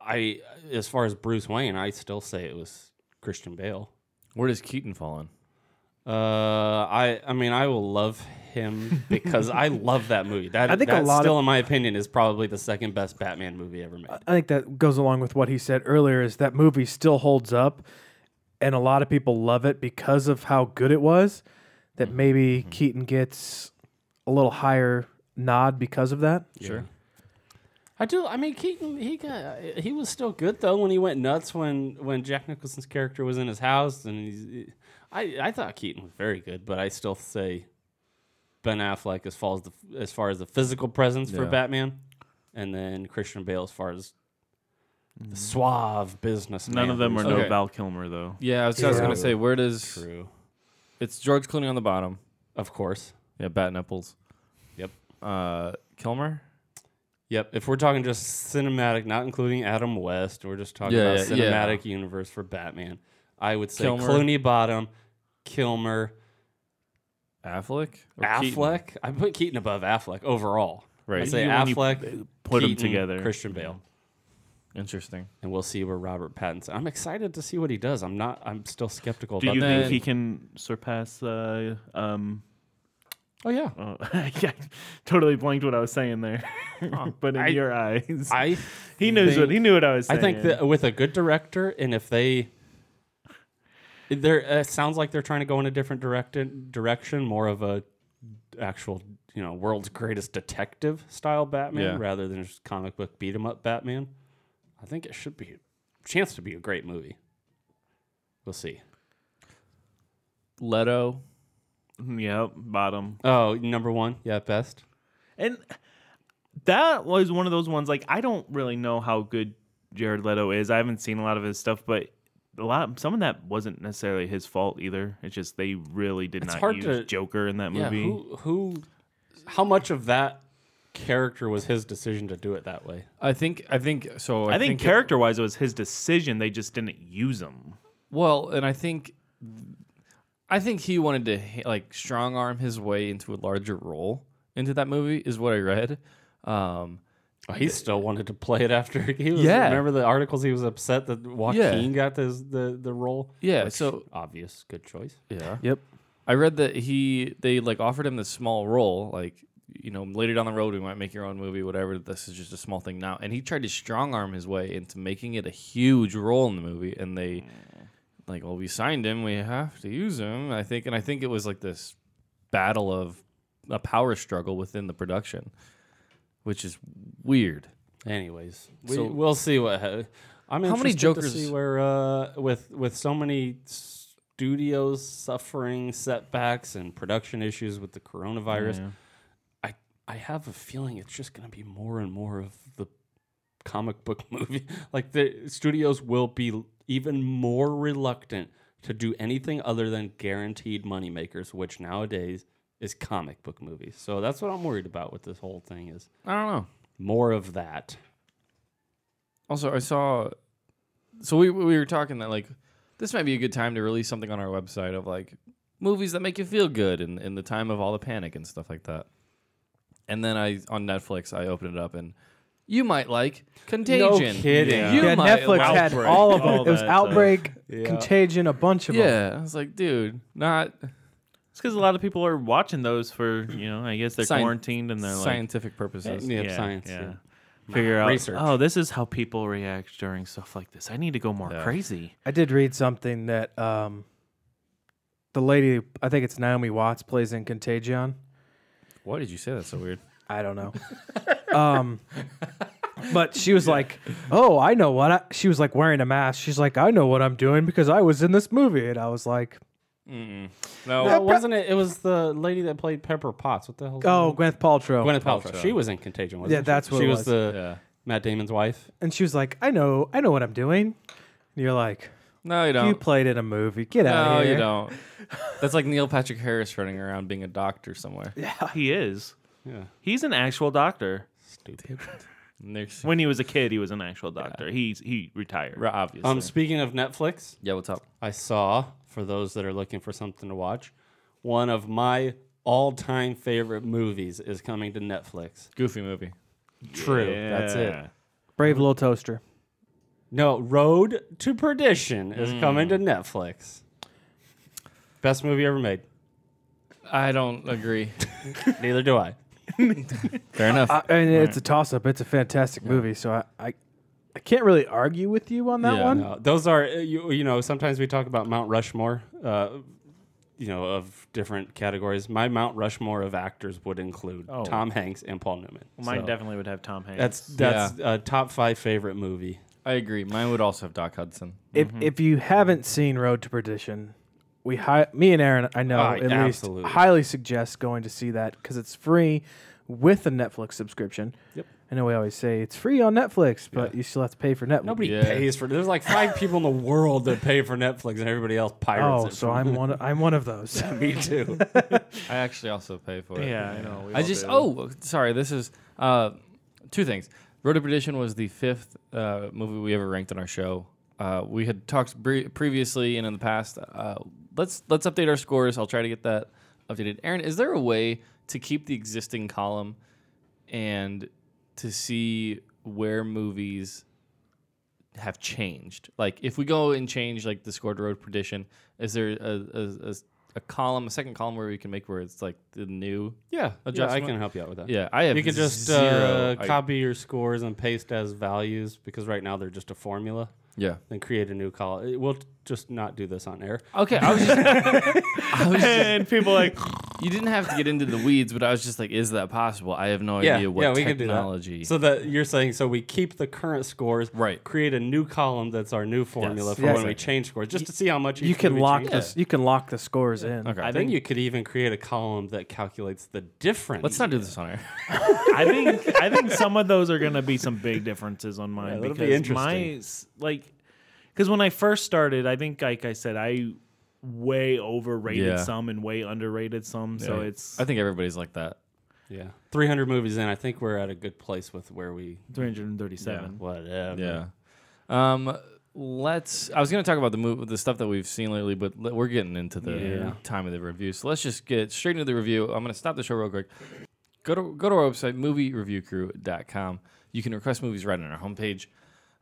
[SPEAKER 4] I as far as Bruce Wayne, I still say it was Christian Bale.
[SPEAKER 2] Where does Keaton fall in?
[SPEAKER 4] Uh, I I mean I will love him because I love that movie. That
[SPEAKER 3] I think a
[SPEAKER 4] that
[SPEAKER 3] lot
[SPEAKER 4] still
[SPEAKER 3] of-
[SPEAKER 4] in my opinion is probably the second best Batman movie ever made.
[SPEAKER 3] I think that goes along with what he said earlier is that movie still holds up and a lot of people love it because of how good it was that maybe Keaton gets a little higher nod because of that.
[SPEAKER 2] Sure.
[SPEAKER 4] I do. I mean, Keaton he got he was still good though when he went nuts when when Jack Nicholson's character was in his house and he's. I I thought Keaton was very good, but I still say Ben Affleck as far as the as far as the physical presence for
[SPEAKER 2] Yeah.
[SPEAKER 4] Batman, and then Christian Bale as far as the suave business.
[SPEAKER 5] Mm-hmm. None of them are no
[SPEAKER 2] Okay.
[SPEAKER 5] Val Kilmer though.
[SPEAKER 2] Yeah, I was, I was
[SPEAKER 3] Yeah.
[SPEAKER 2] gonna say where does
[SPEAKER 4] true,
[SPEAKER 2] it's George Clooney on the bottom.
[SPEAKER 4] of course.
[SPEAKER 2] Yeah, bat nipples.
[SPEAKER 4] Yep.
[SPEAKER 2] Uh, Kilmer.
[SPEAKER 4] Yep. If we're talking just cinematic, not including Adam West, we're just talking
[SPEAKER 2] Yeah, yeah,
[SPEAKER 4] about
[SPEAKER 2] yeah.
[SPEAKER 4] cinematic universe for Batman. I would say
[SPEAKER 2] Kilmer.
[SPEAKER 4] Clooney bottom, Kilmer,
[SPEAKER 2] Affleck. Or Keaton?
[SPEAKER 4] Affleck. I put Keaton above Affleck overall.
[SPEAKER 2] Right.
[SPEAKER 4] I'd say
[SPEAKER 5] You- when you
[SPEAKER 4] Affleck,
[SPEAKER 5] put 'em
[SPEAKER 4] Keaton,
[SPEAKER 5] together.
[SPEAKER 4] Christian Bale,
[SPEAKER 2] Interesting.
[SPEAKER 4] and we'll see where Robert Pattinson. I'm excited to see what he does. I'm not. I'm still skeptical.
[SPEAKER 5] Do
[SPEAKER 4] about
[SPEAKER 5] you
[SPEAKER 4] that.
[SPEAKER 2] then-
[SPEAKER 5] think he can surpass? Uh, um,
[SPEAKER 4] Oh yeah.
[SPEAKER 5] oh, yeah, I totally blanked what I was saying there, but in
[SPEAKER 4] I-
[SPEAKER 5] your eyes,
[SPEAKER 4] I.
[SPEAKER 5] he knows what he
[SPEAKER 4] think-
[SPEAKER 5] knew what I was.
[SPEAKER 4] I
[SPEAKER 5] saying.
[SPEAKER 4] think that with a good director, and if they, there it sounds like they're trying to go in a different directed direction, more of a actual you know world's greatest detective style Batman
[SPEAKER 2] Yeah.
[SPEAKER 4] rather than just comic book beat 'em up Batman. I think it should be a chance to be a great movie. We'll see.
[SPEAKER 2] Leto.
[SPEAKER 5] Yep, bottom.
[SPEAKER 4] Oh, number one, yeah, best.
[SPEAKER 5] And that was one of those ones like I don't really know how good Jared Leto is. I haven't seen a lot of his stuff, but a lot some of that wasn't necessarily his fault either. It's just they really did
[SPEAKER 4] It's
[SPEAKER 5] not
[SPEAKER 4] hard
[SPEAKER 5] use
[SPEAKER 4] to-
[SPEAKER 5] Joker in that movie.
[SPEAKER 4] Yeah, who, who, how much of that character was his decision to do it that way?
[SPEAKER 2] I think. I think. So I,
[SPEAKER 5] I think
[SPEAKER 2] it-
[SPEAKER 5] character wise it was his decision. They just didn't use him.
[SPEAKER 2] well, and I think. I think he wanted to ha- like strong arm his way into a larger role into that movie is what I read. Um,
[SPEAKER 4] Oh, he still wanted to play it after he was.
[SPEAKER 2] Yeah.
[SPEAKER 4] Remember the articles? He was upset that Joaquin got this, the the role.
[SPEAKER 2] Yeah, so-
[SPEAKER 4] obvious, good choice.
[SPEAKER 2] yeah.
[SPEAKER 3] Yep.
[SPEAKER 2] I read that he they like offered him this small role, like you know later down the road we might make your own movie, whatever. This is just a small thing now, and he tried to strong arm his way into making it a huge role in the movie, and they like, well, we signed him, we have to use him. I think, and I think it was like this battle of a power struggle within the production, which is weird.
[SPEAKER 4] Anyways, we,
[SPEAKER 2] So-
[SPEAKER 4] we'll see what. ha- I'm
[SPEAKER 2] How many
[SPEAKER 4] interested
[SPEAKER 2] Jokers-
[SPEAKER 4] To see where uh, with with so many studios suffering setbacks and production issues with the coronavirus, I I have a feeling it's just going to be more and more of the comic book movie. Like the studios will be even more reluctant to do anything other than guaranteed moneymakers, which nowadays is comic book movies. So that's what I'm worried about with this whole thing is
[SPEAKER 2] I don't know.
[SPEAKER 4] more of that.
[SPEAKER 2] Also, I saw. So we we were talking that like this might be a good time to release something on our website of like movies that make you feel good in, in the time of all the panic and stuff like that. And then I on Netflix I opened it up and you might like Contagion.
[SPEAKER 4] kidding.
[SPEAKER 2] You
[SPEAKER 3] yeah,
[SPEAKER 2] might
[SPEAKER 3] Netflix
[SPEAKER 2] like-
[SPEAKER 3] had all of them.
[SPEAKER 5] All
[SPEAKER 3] it was
[SPEAKER 5] that, uh,
[SPEAKER 3] Outbreak, Contagion, a bunch of them.
[SPEAKER 2] Yeah, I was like, dude, not
[SPEAKER 5] It's because a lot of people are watching those for you know I guess they're
[SPEAKER 2] Scien-
[SPEAKER 5] quarantined and they're like
[SPEAKER 2] scientific purposes.
[SPEAKER 4] Yeah,
[SPEAKER 5] yeah,
[SPEAKER 4] science.
[SPEAKER 5] yeah.
[SPEAKER 4] yeah.
[SPEAKER 5] Figure out.
[SPEAKER 4] Research.
[SPEAKER 5] Oh, this is how people react during stuff like this. I need to go more crazy.
[SPEAKER 3] I did read something that um, the lady, I think it's Naomi Watts, plays in Contagion.
[SPEAKER 2] Why did you say that so weird?
[SPEAKER 3] I don't know. um, But she was like, "Oh, I know what." I, she was like wearing a mask. She's like, "I know what I'm doing because I was in this movie." And I was like,
[SPEAKER 2] No,
[SPEAKER 4] Well, wasn't it? It was the lady that played Pepper Potts. What the hell?
[SPEAKER 3] "Oh,
[SPEAKER 2] Mm-hmm.
[SPEAKER 3] Gwyneth Paltrow."
[SPEAKER 4] Gwyneth Paltrow. She was in Contagion. Wasn't
[SPEAKER 3] Yeah,
[SPEAKER 4] she?
[SPEAKER 3] that's what
[SPEAKER 4] she
[SPEAKER 3] it
[SPEAKER 4] was.
[SPEAKER 3] was.
[SPEAKER 4] the
[SPEAKER 2] Yeah.
[SPEAKER 4] Matt Damon's wife.
[SPEAKER 3] and she was like, "I know, I know what I'm doing." And you're like,
[SPEAKER 2] no, you
[SPEAKER 3] "You
[SPEAKER 2] don't.
[SPEAKER 3] played in a movie. Get out
[SPEAKER 2] no,
[SPEAKER 3] of here."
[SPEAKER 2] you don't. That's like Neil Patrick Harris running around being a doctor somewhere.
[SPEAKER 5] He is.
[SPEAKER 4] Yeah.
[SPEAKER 5] He's an actual doctor.
[SPEAKER 4] Stupid.
[SPEAKER 2] And there's-
[SPEAKER 5] When he was a kid, he was an actual doctor. He's he retired.
[SPEAKER 2] Ra- obviously.
[SPEAKER 3] Uh,
[SPEAKER 4] Um, speaking of Netflix,
[SPEAKER 2] yeah, what's up?
[SPEAKER 4] I saw for those that are looking for something to watch, one of my all-time favorite movies is coming to Netflix.
[SPEAKER 2] Goofy movie.
[SPEAKER 4] True. That's it.
[SPEAKER 3] Brave
[SPEAKER 2] Mm-hmm.
[SPEAKER 3] little toaster.
[SPEAKER 4] No, Road to Perdition is coming to Netflix. Best movie ever made.
[SPEAKER 2] I don't agree.
[SPEAKER 4] Neither do I.
[SPEAKER 2] Fair enough.
[SPEAKER 3] I, and it's a toss up. It's a fantastic movie. So I, I, I can't really argue with you on that
[SPEAKER 2] Yeah,
[SPEAKER 3] one.
[SPEAKER 4] No, those are uh, you, you know sometimes we talk about Mount Rushmore, uh, you know of different categories. My Mount Rushmore of actors would include
[SPEAKER 5] Oh.
[SPEAKER 4] Tom Hanks and Paul Newman.
[SPEAKER 5] Mine
[SPEAKER 4] So
[SPEAKER 5] definitely would have Tom Hanks.
[SPEAKER 4] that's that's uh, top five favorite movie.
[SPEAKER 2] I agree. Mine would also have Doc Hudson.
[SPEAKER 3] If if you haven't seen Road to Perdition, we hi- me and Aaron, I know
[SPEAKER 4] Ah,
[SPEAKER 3] at
[SPEAKER 4] absolutely.
[SPEAKER 3] least, highly suggest going to see that because it's free with a Netflix subscription.
[SPEAKER 4] Yep.
[SPEAKER 3] I know we always say it's free on Netflix, but you still have to pay for Netflix.
[SPEAKER 4] Nobody
[SPEAKER 2] Yeah.
[SPEAKER 4] pays for. There's like five people in the world that pay for Netflix, and everybody else pirates
[SPEAKER 3] Oh,
[SPEAKER 4] it.
[SPEAKER 3] so I'm one. Of, I'm one of those.
[SPEAKER 4] me too.
[SPEAKER 2] I actually also pay for it.
[SPEAKER 5] yeah, I know. we
[SPEAKER 2] I
[SPEAKER 5] all
[SPEAKER 2] just
[SPEAKER 5] do.
[SPEAKER 2] oh sorry. This is uh, two things. Road to Perdition was the fifth uh, movie we ever ranked on our show. Uh, we had talked bre- previously and in the past. Uh, let's let's update our scores. I'll try to get that updated. Aaron, is there a way to keep the existing column and to see where movies have changed? Like if we go and change like the score to Road to Perdition, is there a, a, a, a column, a second column where we can make where it's like the new
[SPEAKER 4] yeah, yeah, I
[SPEAKER 2] Adjustment?
[SPEAKER 4] can help you out with that.
[SPEAKER 2] yeah, I have.
[SPEAKER 4] You can just uh,
[SPEAKER 2] zero, I-
[SPEAKER 4] copy your scores and paste as values because right now they're just a formula.
[SPEAKER 2] yeah.
[SPEAKER 4] Then create a new column. We'll t- just not do this on air.
[SPEAKER 2] Okay, I was just,
[SPEAKER 5] and people like
[SPEAKER 2] you didn't have to get into the weeds, but I was just like, is that possible? I have no idea what technology.
[SPEAKER 4] So that you're saying, so we keep the current scores,
[SPEAKER 2] Right.
[SPEAKER 4] Create a new column that's our new formula for
[SPEAKER 3] Yes.
[SPEAKER 4] when we change scores, just to see how much each
[SPEAKER 3] you can
[SPEAKER 4] movie
[SPEAKER 3] lock
[SPEAKER 4] changes.
[SPEAKER 3] this. You can lock the scores in.
[SPEAKER 2] Okay.
[SPEAKER 4] I think you could even create a column that calculates the difference.
[SPEAKER 2] Let's not do this on air.
[SPEAKER 5] I think I think some of those are going to be some big differences on mine
[SPEAKER 4] that'll
[SPEAKER 5] because
[SPEAKER 4] be interesting.
[SPEAKER 5] my s- like because when I first started, I think like I said, I way overrated
[SPEAKER 2] Yeah.
[SPEAKER 5] some and way underrated some. So
[SPEAKER 2] Yeah.
[SPEAKER 5] it's
[SPEAKER 2] I think everybody's like that.
[SPEAKER 4] Yeah, 300 movies in. I think we're at a good place with where we
[SPEAKER 5] 337.
[SPEAKER 4] whatever.
[SPEAKER 2] Yeah. Um, let's. I was going to talk about the move, the stuff that we've seen lately, but le- we're getting into the
[SPEAKER 4] Yeah.
[SPEAKER 2] time of the review. So let's just get straight into the review. I'm going to stop the show real quick. Go to go to our website moviereviewcrew.com. You can request movies right on our homepage.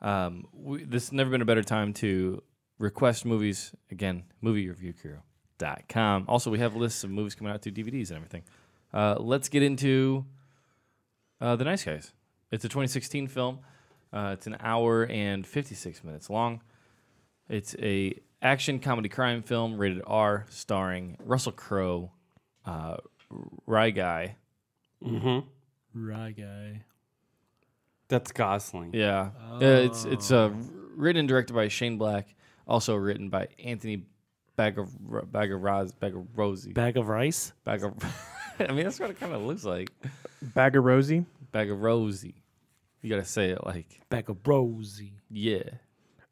[SPEAKER 2] Um, we, this has never been a better time to request movies. Again, moviereviewcrew.com. Also, we have lists of movies coming out through DVDs and everything. Uh, let's get into uh, The Nice Guys. It's a 2016 film. Uh, it's an hour and 56 minutes long. It's a action comedy crime film rated R, starring Russell Crowe, uh, Rye Guy.
[SPEAKER 5] Right guy.
[SPEAKER 4] Mm-hmm. That's Gosling.
[SPEAKER 2] Yeah, Uh, it's it's uh, written and directed by Shane Black, also written by Anthony Bagarosi. Bagarosi.
[SPEAKER 5] Bag of rice.
[SPEAKER 2] Bagar- I mean, that's what it kind of looks like.
[SPEAKER 3] Bag of Rosie.
[SPEAKER 2] Bagarosi. You gotta say it like,
[SPEAKER 5] Bag of rosy.
[SPEAKER 2] yeah.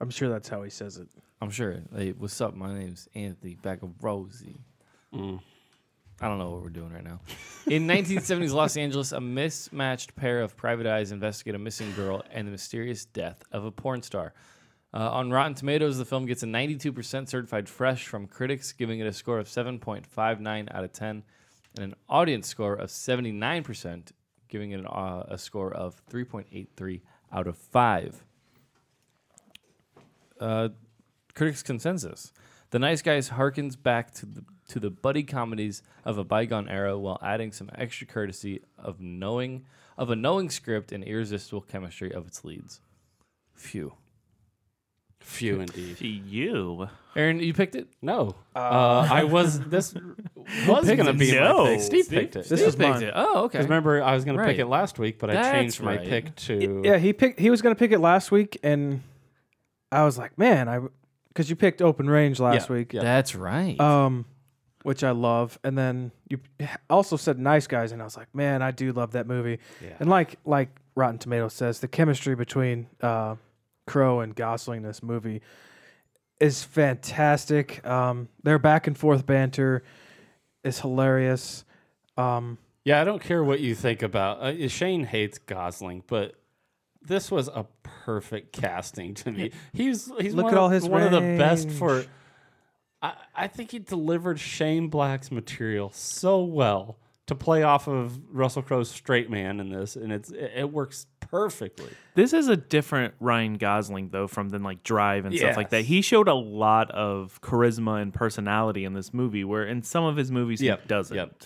[SPEAKER 3] I'm sure that's how he says it.
[SPEAKER 2] I'm sure. Hey, what's up? My name's Anthony Bagarosi.
[SPEAKER 4] Mm.
[SPEAKER 2] I don't know what we're doing right now. In 1970s Los Angeles, a mismatched pair of private eyes investigate a missing girl and the mysterious death of a porn star. Uh, on Rotten Tomatoes, the film gets a 92% certified fresh from critics, giving it a score of 7.59 out of 10 and an audience score of 79%, giving it an, uh, a score of 3.83 out of 5 critics' consensus. The Nice Guys harkens back to the to the buddy comedies of a bygone era while adding some extra courtesy of knowing of a knowing script and irresistible chemistry of its leads. Phew.
[SPEAKER 4] Few indeed.
[SPEAKER 5] You.
[SPEAKER 2] Aaron, you picked it.
[SPEAKER 4] No, uh, I was this was
[SPEAKER 5] picked
[SPEAKER 4] gonna
[SPEAKER 5] it.
[SPEAKER 4] be
[SPEAKER 5] No.
[SPEAKER 4] my pick. Steve, picked it.
[SPEAKER 3] This was
[SPEAKER 2] picked
[SPEAKER 3] mine.
[SPEAKER 2] it. Oh, okay.
[SPEAKER 4] Because remember, I was gonna
[SPEAKER 2] Right.
[SPEAKER 4] pick it last week, but I
[SPEAKER 2] That's
[SPEAKER 4] changed my
[SPEAKER 2] right.
[SPEAKER 4] pick to
[SPEAKER 3] Yeah, he picked. He was gonna pick it last week, and I was like, man, I because you picked open range last
[SPEAKER 4] Yeah,
[SPEAKER 3] week,
[SPEAKER 4] yeah.
[SPEAKER 2] That's right.
[SPEAKER 3] um, which I love, and then you also said Nice Guys, and I was like, man, I do love that movie,
[SPEAKER 4] Yeah.
[SPEAKER 3] and like like Rotten Tomatoes says, the chemistry between uh, Crow and Gosling in this movie is fantastic. Um, their back and forth banter is hilarious. Um,
[SPEAKER 4] Yeah, I don't care what you think about. Uh, Shane hates Gosling, but this was a perfect casting to me. He's he's
[SPEAKER 3] Look
[SPEAKER 4] one
[SPEAKER 3] at
[SPEAKER 4] of-
[SPEAKER 3] all his
[SPEAKER 4] one of the best for.
[SPEAKER 3] range.
[SPEAKER 4] I, I think he delivered Shane Black's material so well to play off of Russell Crowe's straight man in this, and it's it, it works perfectly.
[SPEAKER 5] This is a different Ryan Gosling though from than like Drive and stuff like that.
[SPEAKER 4] Yes.
[SPEAKER 5] He showed a lot of charisma and personality in this movie, where in some of his movies
[SPEAKER 4] Yep,
[SPEAKER 5] he doesn't.
[SPEAKER 4] yep.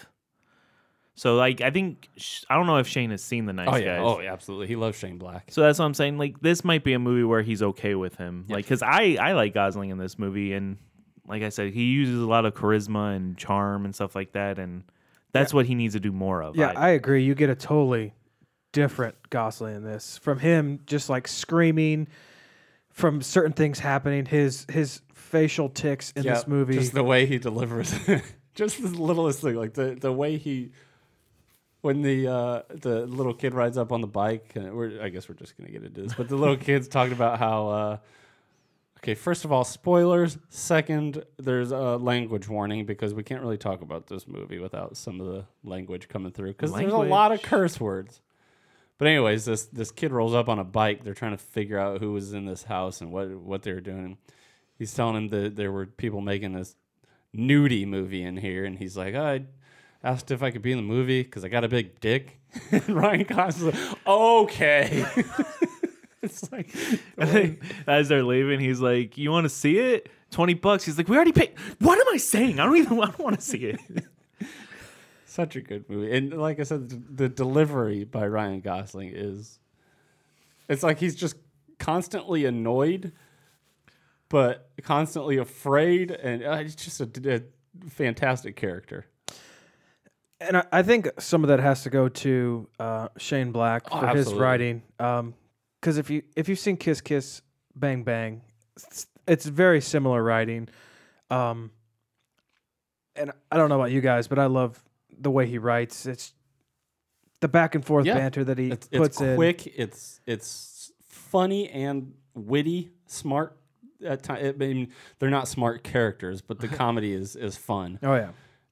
[SPEAKER 5] So like I think Sh- I don't know if Shane has seen the Nice
[SPEAKER 4] Oh
[SPEAKER 5] Guys.
[SPEAKER 4] yeah, oh yeah, absolutely. He loves Shane Black.
[SPEAKER 5] So that's what I'm saying. Like this might be a movie where he's okay with him, like because I I like Gosling in this movie, and like I said, he uses a lot of charisma and charm and stuff like that, and that's what he needs to do more of.
[SPEAKER 3] Yeah, I agree. You get a totally different Gosling in this. From him just like screaming, from certain things happening, his his facial ticks in
[SPEAKER 4] Yeah,
[SPEAKER 3] this movie.
[SPEAKER 4] Just the way he delivers, just the littlest thing, like the the way he. When the uh, the little kid rides up on the bike, and we're, I guess we're just gonna get into this. But the little kid's talking about how, uh, okay, first of all, spoilers. Second, there's a language warning because we can't really talk about this movie without some of the language coming through because there's a lot of curse words. But anyways, this this kid rolls up on a bike. They're trying to figure out who was in this house and what what they were doing. He's telling him that there were people making this nudie movie in here, and he's like, I asked if I could be in the movie because I got a big dick. and Ryan Gosling's like, okay. it's like,
[SPEAKER 5] As they're leaving, he's like, "You want to see it? Twenty bucks." He's like, "We already paid." What am I saying? I don't even. I don't want to see it.
[SPEAKER 4] such a good movie, and like I said, th- the delivery by Ryan Gosling is, it's like he's just constantly annoyed, but constantly afraid, and uh, he's just a, a fantastic character.
[SPEAKER 3] and I, I think some of that has to go to uh, Shane Black for his
[SPEAKER 4] Oh, absolutely.
[SPEAKER 3] writing. Um 'cause because if you if you've seen Kiss Kiss Bang Bang, it's, it's very similar writing. Um, and I don't know about you guys, but I love the way he writes. It's the back and forth
[SPEAKER 4] Yeah.
[SPEAKER 3] banter that he
[SPEAKER 4] It's,
[SPEAKER 3] puts
[SPEAKER 4] it's
[SPEAKER 3] in.
[SPEAKER 4] quick. It's it's funny and witty, smart. At time, I mean, they're not smart characters, but the comedy is is fun.
[SPEAKER 3] Oh yeah.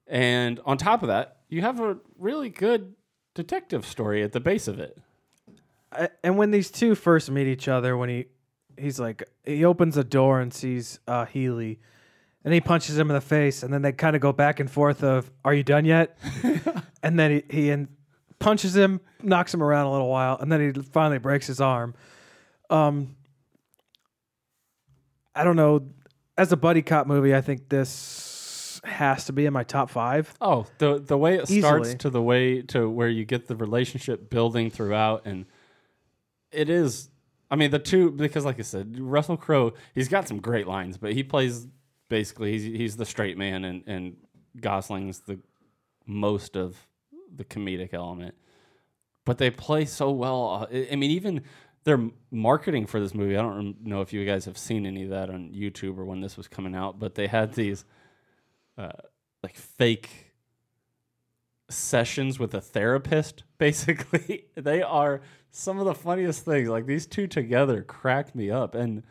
[SPEAKER 4] And on top of that, you have a really good detective story at the base of it.
[SPEAKER 3] I- and when these two first meet each other, when he he's like he opens a door and sees uh, Healy, and he punches him in the face, and then they kind of go back and forth of "Are you done yet?" and then he he and punches him, knocks him around a little while, and then he finally breaks his arm. Um, I don't know. As a buddy cop movie, I think this has to be in my top five.
[SPEAKER 4] Oh, the the way it starts
[SPEAKER 3] Easily.
[SPEAKER 4] to the way to where you get the relationship building throughout, and it is. I mean, the two because, like I said, Russell Crowe, he's got some great lines, but he plays basically he's he's the straight man, and and Gosling's the most of the comedic element. But they play so well. Uh, I- I mean, even their marketing for this movie. I don't rem- know if you guys have seen any of that on YouTube or when this was coming out, but they had these uh, like fake sessions with a therapist basically they are some of the funniest things like these two together crack me up and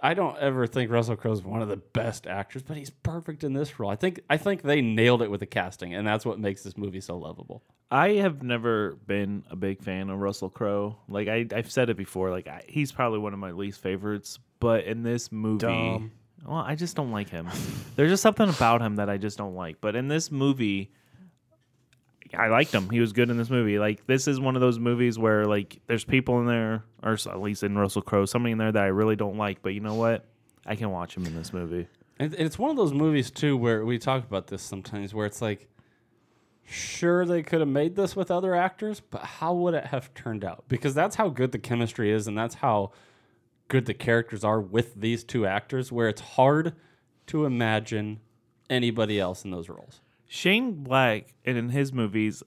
[SPEAKER 4] i don't ever think russell crowe's one of the best actors but he's perfect in this role i think i think they nailed it with the casting and that's what makes this movie so lovable
[SPEAKER 5] I have never been a big fan of Russell Crowe. Like I, I've said it before. Like I, he's probably one of my least favorites. But in this movie,
[SPEAKER 3] Dumb.
[SPEAKER 5] well, I just don't like him. There's just something about him that I just don't like. But in this movie, I liked him. He was good in this movie. Like this is one of those movies where like there's people in there, or s- at least in Russell Crowe, somebody in there that I really don't like. But you know what? I can watch him in this movie.
[SPEAKER 4] And and it's one of those movies too where we talk about this sometimes where it's like sure they could have made this with other actors, but how would it have turned out? Because that's how good the chemistry is and that's how good the characters are with these two actors, where it's hard to imagine anybody else in those roles.
[SPEAKER 5] Shane Black and in his movies,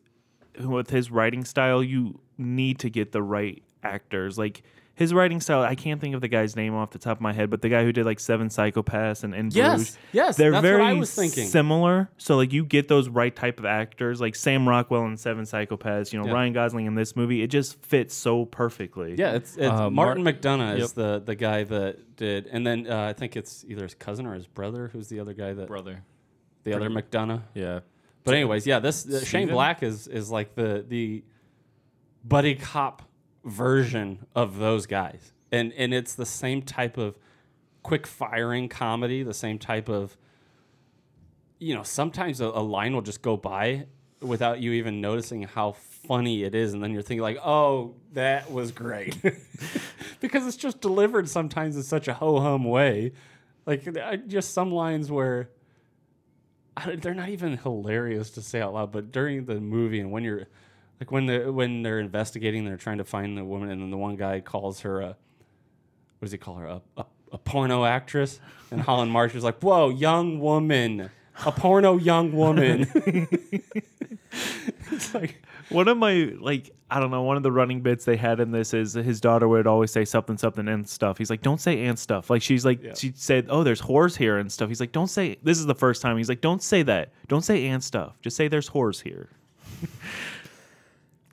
[SPEAKER 5] with his writing style, you need to get the right actors. Like his writing style, I can't think of the guy's name off the top of my head, but the guy who did like Seven Psychopaths and, and
[SPEAKER 4] Yes,
[SPEAKER 5] Bruges,
[SPEAKER 4] yes,
[SPEAKER 5] they're
[SPEAKER 4] that's what
[SPEAKER 5] very
[SPEAKER 4] I was thinking.
[SPEAKER 5] similar. So like you get those right type of actors, like Sam Rockwell in Seven Psychopaths. You know
[SPEAKER 4] Yeah.
[SPEAKER 5] Ryan Gosling in this movie. It just fits so perfectly.
[SPEAKER 4] Yeah, it's, it's
[SPEAKER 2] Uh,
[SPEAKER 4] Martin
[SPEAKER 2] Mark-
[SPEAKER 4] McDonough is the the guy that did, and then uh, I think it's either his cousin or his brother. Who's the other guy that
[SPEAKER 2] brother.
[SPEAKER 4] the other McDonough?
[SPEAKER 2] Yeah.
[SPEAKER 4] But anyways, yeah, this uh, Shane
[SPEAKER 2] Steven?
[SPEAKER 4] Black is is like the the buddy cop version of those guys, and and it's the same type of quick firing comedy, the same type of you know sometimes a, a line will just go by without you even noticing how funny it is, and then you're thinking like, oh, that was great, because it's just delivered sometimes in such a ho hum way, like I- just some lines where. I don't- they're not even hilarious to say out loud, but during the movie and when you're like when they're when they're investigating, they're trying to find the woman, and then the one guy calls her a what does he call her a a, a porno actress, and Holland Marsh is like, "Whoa, young woman, a porno young woman." it's like
[SPEAKER 5] One of my like I don't know, one of the running bits they had in this is his daughter would always say something something and stuff. He's like, Don't say and stuff. Like she's like she said, Oh, there's whores here and stuff. He's like, Don't say this is the first time. He's like, Don't say that. Don't say and stuff. Just say there's whores here.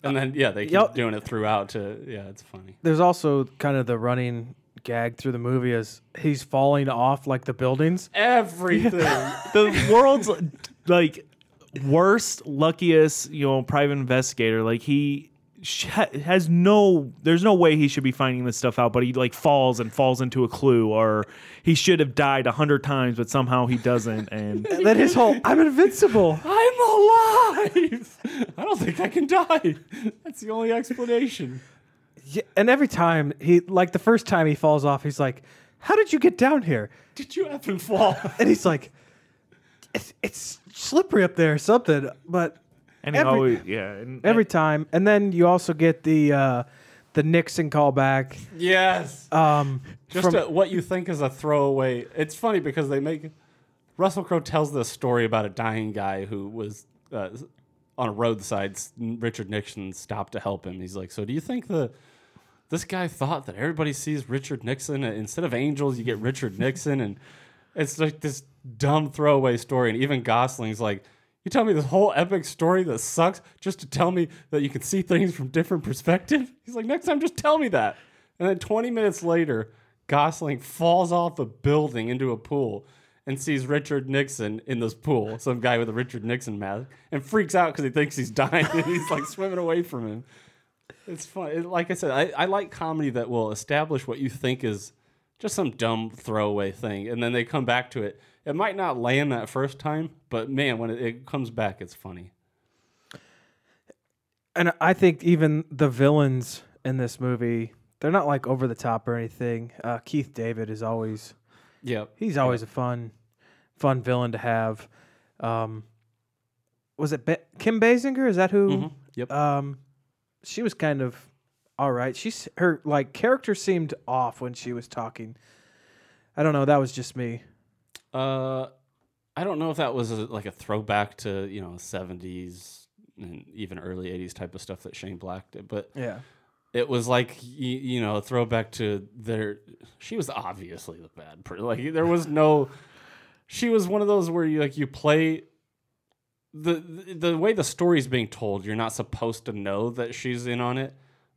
[SPEAKER 4] and then yeah, they keep
[SPEAKER 3] Yep.
[SPEAKER 4] doing it throughout. To yeah, it's funny.
[SPEAKER 3] There's also kind of the running gag through the movie is he's falling off like the buildings.
[SPEAKER 4] Everything.
[SPEAKER 5] The world's like worst, luckiest, you know, private investigator. Like he sh- has no there's no way he should be finding this stuff out but he like falls and falls into a clue or he should have died a hundred times but somehow he doesn't and
[SPEAKER 3] And then his whole I'm invincible.
[SPEAKER 4] I'm alive. I don't think I can die. That's the only explanation.
[SPEAKER 3] Yeah, and every time he like the first time he falls off, he's like, How did you get down here?
[SPEAKER 4] Did you effing fall?
[SPEAKER 3] And he's like, It's, it's slippery up there or something. But
[SPEAKER 5] And he
[SPEAKER 3] Every-
[SPEAKER 5] always, yeah. And,
[SPEAKER 3] every time and then you also get the uh the Nixon callback.
[SPEAKER 4] yes.
[SPEAKER 3] Um
[SPEAKER 4] Just
[SPEAKER 3] from-
[SPEAKER 4] a, what you think is a throwaway. It's funny because they make Russell Crowe tells this story about a dying guy who was uh, on a roadside. S- Richard Nixon stopped to help him. He's like, "So do you think the this guy thought that everybody sees Richard Nixon and instead of angels, you get Richard Nixon?" And it's like this dumb throwaway story. And even Gosling's like. You tell me this whole epic story that sucks just to tell me that you can see things from different perspective? He's like, next time, just tell me that. And then 20 minutes later, Gosling falls off a building into a pool and sees Richard Nixon in this pool, some guy with a Richard Nixon mask, and freaks out because he thinks he's dying and he's like swimming away from him. It's fun. It- like I said, I, I like comedy that will establish what you think is just some dumb throwaway thing, and then they come back to it. It might not land that first time, but man, when it, it comes back, it's funny.
[SPEAKER 3] and I think even the villains in this movie, they're not like over the top or anything. Uh, Keith David is always
[SPEAKER 4] Yep.
[SPEAKER 3] he's always a fun, fun villain to have. Um, was it Ba Kim Basinger? Is that who?
[SPEAKER 4] Mm-hmm. Yep.
[SPEAKER 3] Um, she was kind of all right. She's her like character seemed off when she was talking. I don't know. That was just me.
[SPEAKER 4] Uh, I don't know if that was a, like a throwback to you know seventies and even early eighties type of stuff that Shane Black did, but
[SPEAKER 3] Yeah.
[SPEAKER 4] it was like you, you know a throwback to their. She was obviously the bad person. Like there was no. She was one of those where you like you play. The, the the way the story's being told, you're not supposed to know that she's in on it,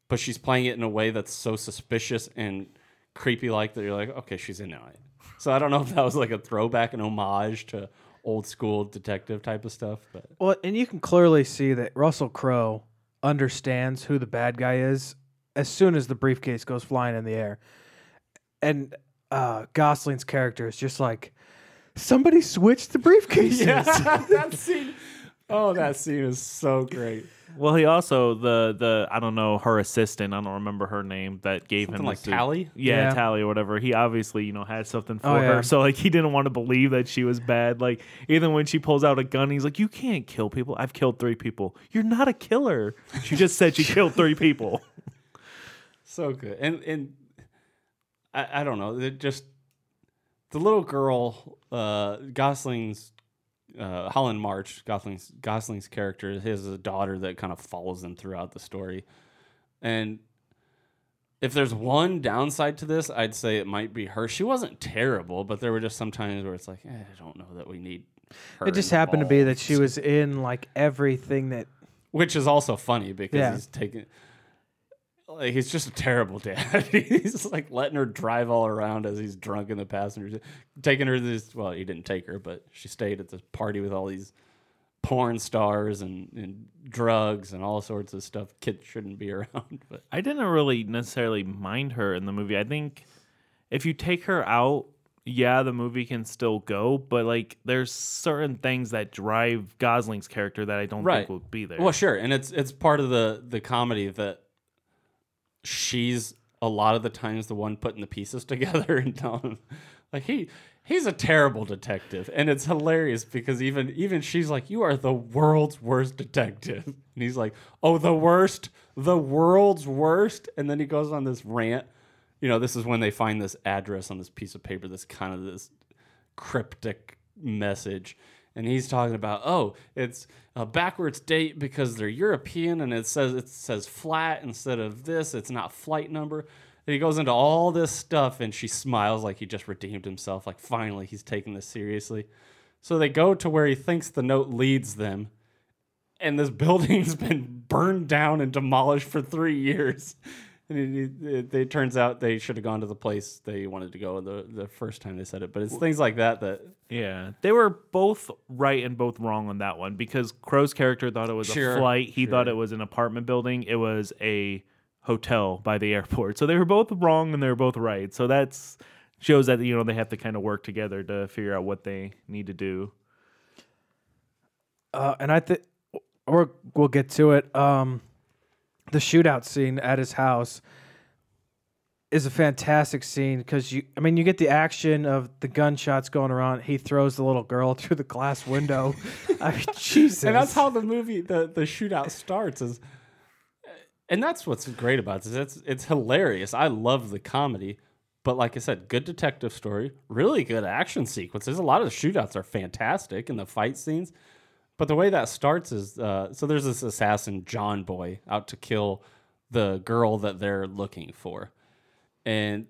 [SPEAKER 4] but she's playing it in a way that's so suspicious and creepy like that you're like, okay, she's in on it. So I don't know if that was like a throwback, an homage to old school detective type of stuff, but
[SPEAKER 3] Well, and you can clearly see that Russell Crowe understands who the bad guy is as soon as the briefcase goes flying in the air. And uh, Gosling's character is just like, somebody switched the briefcases.
[SPEAKER 4] that scene. Oh, that scene is so great.
[SPEAKER 5] well, he also the the I don't know her assistant. I don't remember her name that gave him
[SPEAKER 4] Something
[SPEAKER 5] the
[SPEAKER 4] like
[SPEAKER 5] suit.
[SPEAKER 4] Tally?
[SPEAKER 5] Yeah,
[SPEAKER 3] Yeah.
[SPEAKER 5] Tally or whatever. He obviously you know had something for
[SPEAKER 3] Oh, yeah.
[SPEAKER 5] her, so like he didn't want to believe that she was bad. Like even when she pulls out a gun, he's like, "You can't kill people. I've killed three people. You're not a killer. She just said she killed three people."
[SPEAKER 4] So good. And and I, I don't know. It just the little girl, uh, Gosling's, uh, Holland March, Gosling's Gosling's character, his daughter that kind of follows them throughout the story, and if there's one downside to this, I'd say it might be her. She wasn't terrible, but there were just some times where it's like, eh, I don't know that we need. her
[SPEAKER 3] It just happened to be
[SPEAKER 4] involved.
[SPEAKER 3] that she was in like everything that
[SPEAKER 4] which is also funny because
[SPEAKER 3] Yeah.
[SPEAKER 4] he's taking like he's just a terrible dad. he's like letting her drive all around as he's drunk in the passenger, taking her to this. Well, he didn't take her, but she stayed at this party with all these porn stars and, and drugs and all sorts of stuff kids shouldn't be around. But
[SPEAKER 5] I didn't really necessarily mind her in the movie. I think if you take her out, yeah, the movie can still go, but like there's certain things that drive Gosling's character that I don't
[SPEAKER 4] Right.
[SPEAKER 5] think will be there.
[SPEAKER 4] Well, sure, and it's it's part of the the comedy that she's a lot of the times the one putting the pieces together and telling him, like he he's a terrible detective, and it's hilarious because even even she's like, "You are the world's worst detective," and he's like, "Oh, the worst, the world's worst," and then he goes on this rant. You know, this is when they find this address on this piece of paper. That's kind of this cryptic message. And he's talking about, oh, it's a backwards date because they're European and it says it says flat instead of this. It's not flight number. And he goes into all this stuff and she smiles like he just redeemed himself, like finally he's taking this seriously. So they go to where he thinks the note leads them. And this building's been burned down and demolished for three years. And it, it, it turns out they should have gone to the place they wanted to go the, the first time they said it. But it's things like that that
[SPEAKER 5] Yeah. They were both right and both wrong on that one because Crow's character thought it was
[SPEAKER 4] Sure,
[SPEAKER 5] a flight. He thought
[SPEAKER 4] sure.
[SPEAKER 5] it was an apartment building. It was a hotel by the airport. So they were both wrong and they were both right. So that's shows that you know they have to kind of work together to figure out what they need to do.
[SPEAKER 3] uh, and I think or we'll get to it. Um, the shootout scene at his house is a fantastic scene because you, I mean, you get the action of the gunshots going around. He throws the little girl through the glass window. I mean, Jesus,
[SPEAKER 4] and that's how the movie the the shootout starts is and that's what's great about this it's it's hilarious i love the comedy but like i said good detective story really good action sequences a lot of the shootouts are fantastic and the fight scenes but the way that starts is uh, so there's this assassin john boy out to kill the girl that they're looking for and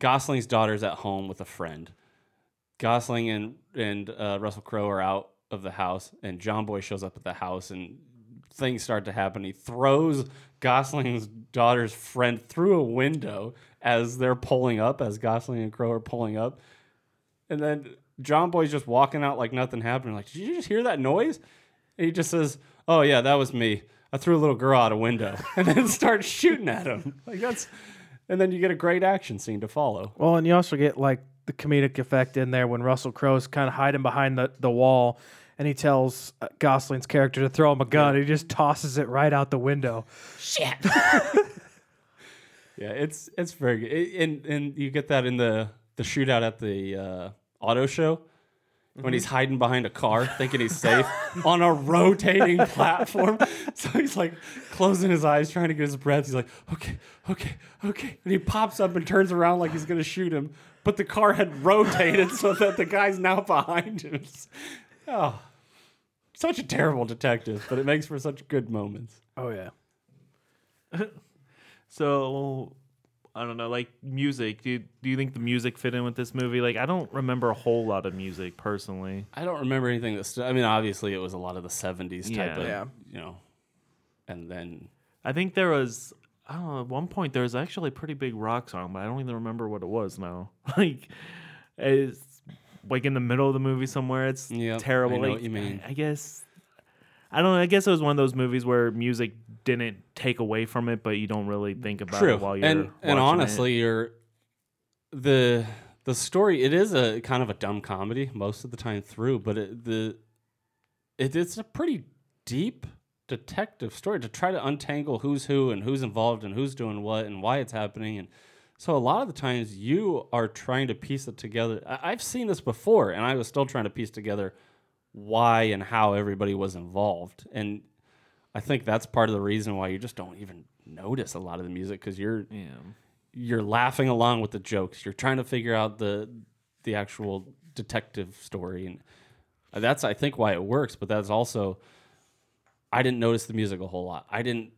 [SPEAKER 4] gosling's daughter's at home with a friend Gosling and and uh, Russell Crowe are out of the house, and John Boy shows up at the house, and things start to happen. He throws Gosling's daughter's friend through a window as they're pulling up, as Gosling and Crowe are pulling up, and then John Boy's just walking out like nothing happened. Like, did you just hear that noise? And he just says, "Oh yeah, that was me. I threw a little girl out a window," and then starts shooting at him. Like that's, and then you get a great action scene to follow.
[SPEAKER 3] Well, and you also get like the comedic effect in there when Russell Crowe's kind of hiding behind the, the wall and he tells uh, Gosling's character to throw him a gun. He just tosses it right out the window.
[SPEAKER 4] Yeah, it's it's very good, It- and and you get that in the the shootout at the uh, auto show when he's hiding behind a car, thinking he's safe on a rotating platform. So he's like closing his eyes, trying to get his breath. He's like, okay, okay, okay, and he pops up and turns around like he's gonna shoot him, but the car had rotated so that the guy's now behind him. It's- Oh, such a terrible detective, but it makes for such good moments.
[SPEAKER 3] Oh, yeah.
[SPEAKER 5] So I don't know, like music. Do you, do you think the music fit in with this movie? Like I don't remember a whole lot of music personally.
[SPEAKER 4] I don't remember anything that stood. I mean, obviously, it was a lot of the '70s
[SPEAKER 5] Yeah.
[SPEAKER 4] type of,
[SPEAKER 5] Yeah.
[SPEAKER 4] you know, and then
[SPEAKER 5] I think there was I don't know, at one point there was actually a pretty big rock song, but I don't even remember what it was now. Like it's like in the middle of the movie somewhere. It's
[SPEAKER 4] Yep, I
[SPEAKER 5] terrible.
[SPEAKER 4] know
[SPEAKER 5] like,
[SPEAKER 4] what you mean.
[SPEAKER 5] I guess I don't know. I guess it was one of those movies where music didn't take away from it, but you don't really think about it while you're
[SPEAKER 4] and
[SPEAKER 5] watching it.
[SPEAKER 4] and honestly, you're the the story. It is a kind of a dumb comedy most of the time through, but it, the it, it's a pretty deep detective story to try to untangle who's who and who's involved and who's doing what and why it's happening and. So a lot of the times you are trying to piece it together. I- I've seen this before, and I was still trying to piece together why and how everybody was involved. And I think that's part of the reason why you just don't even notice a lot of the music because you're you're laughing along with the jokes. You're trying to figure out the the actual detective story, and that's I think why it works. But that's also I didn't notice the music a whole lot. I didn't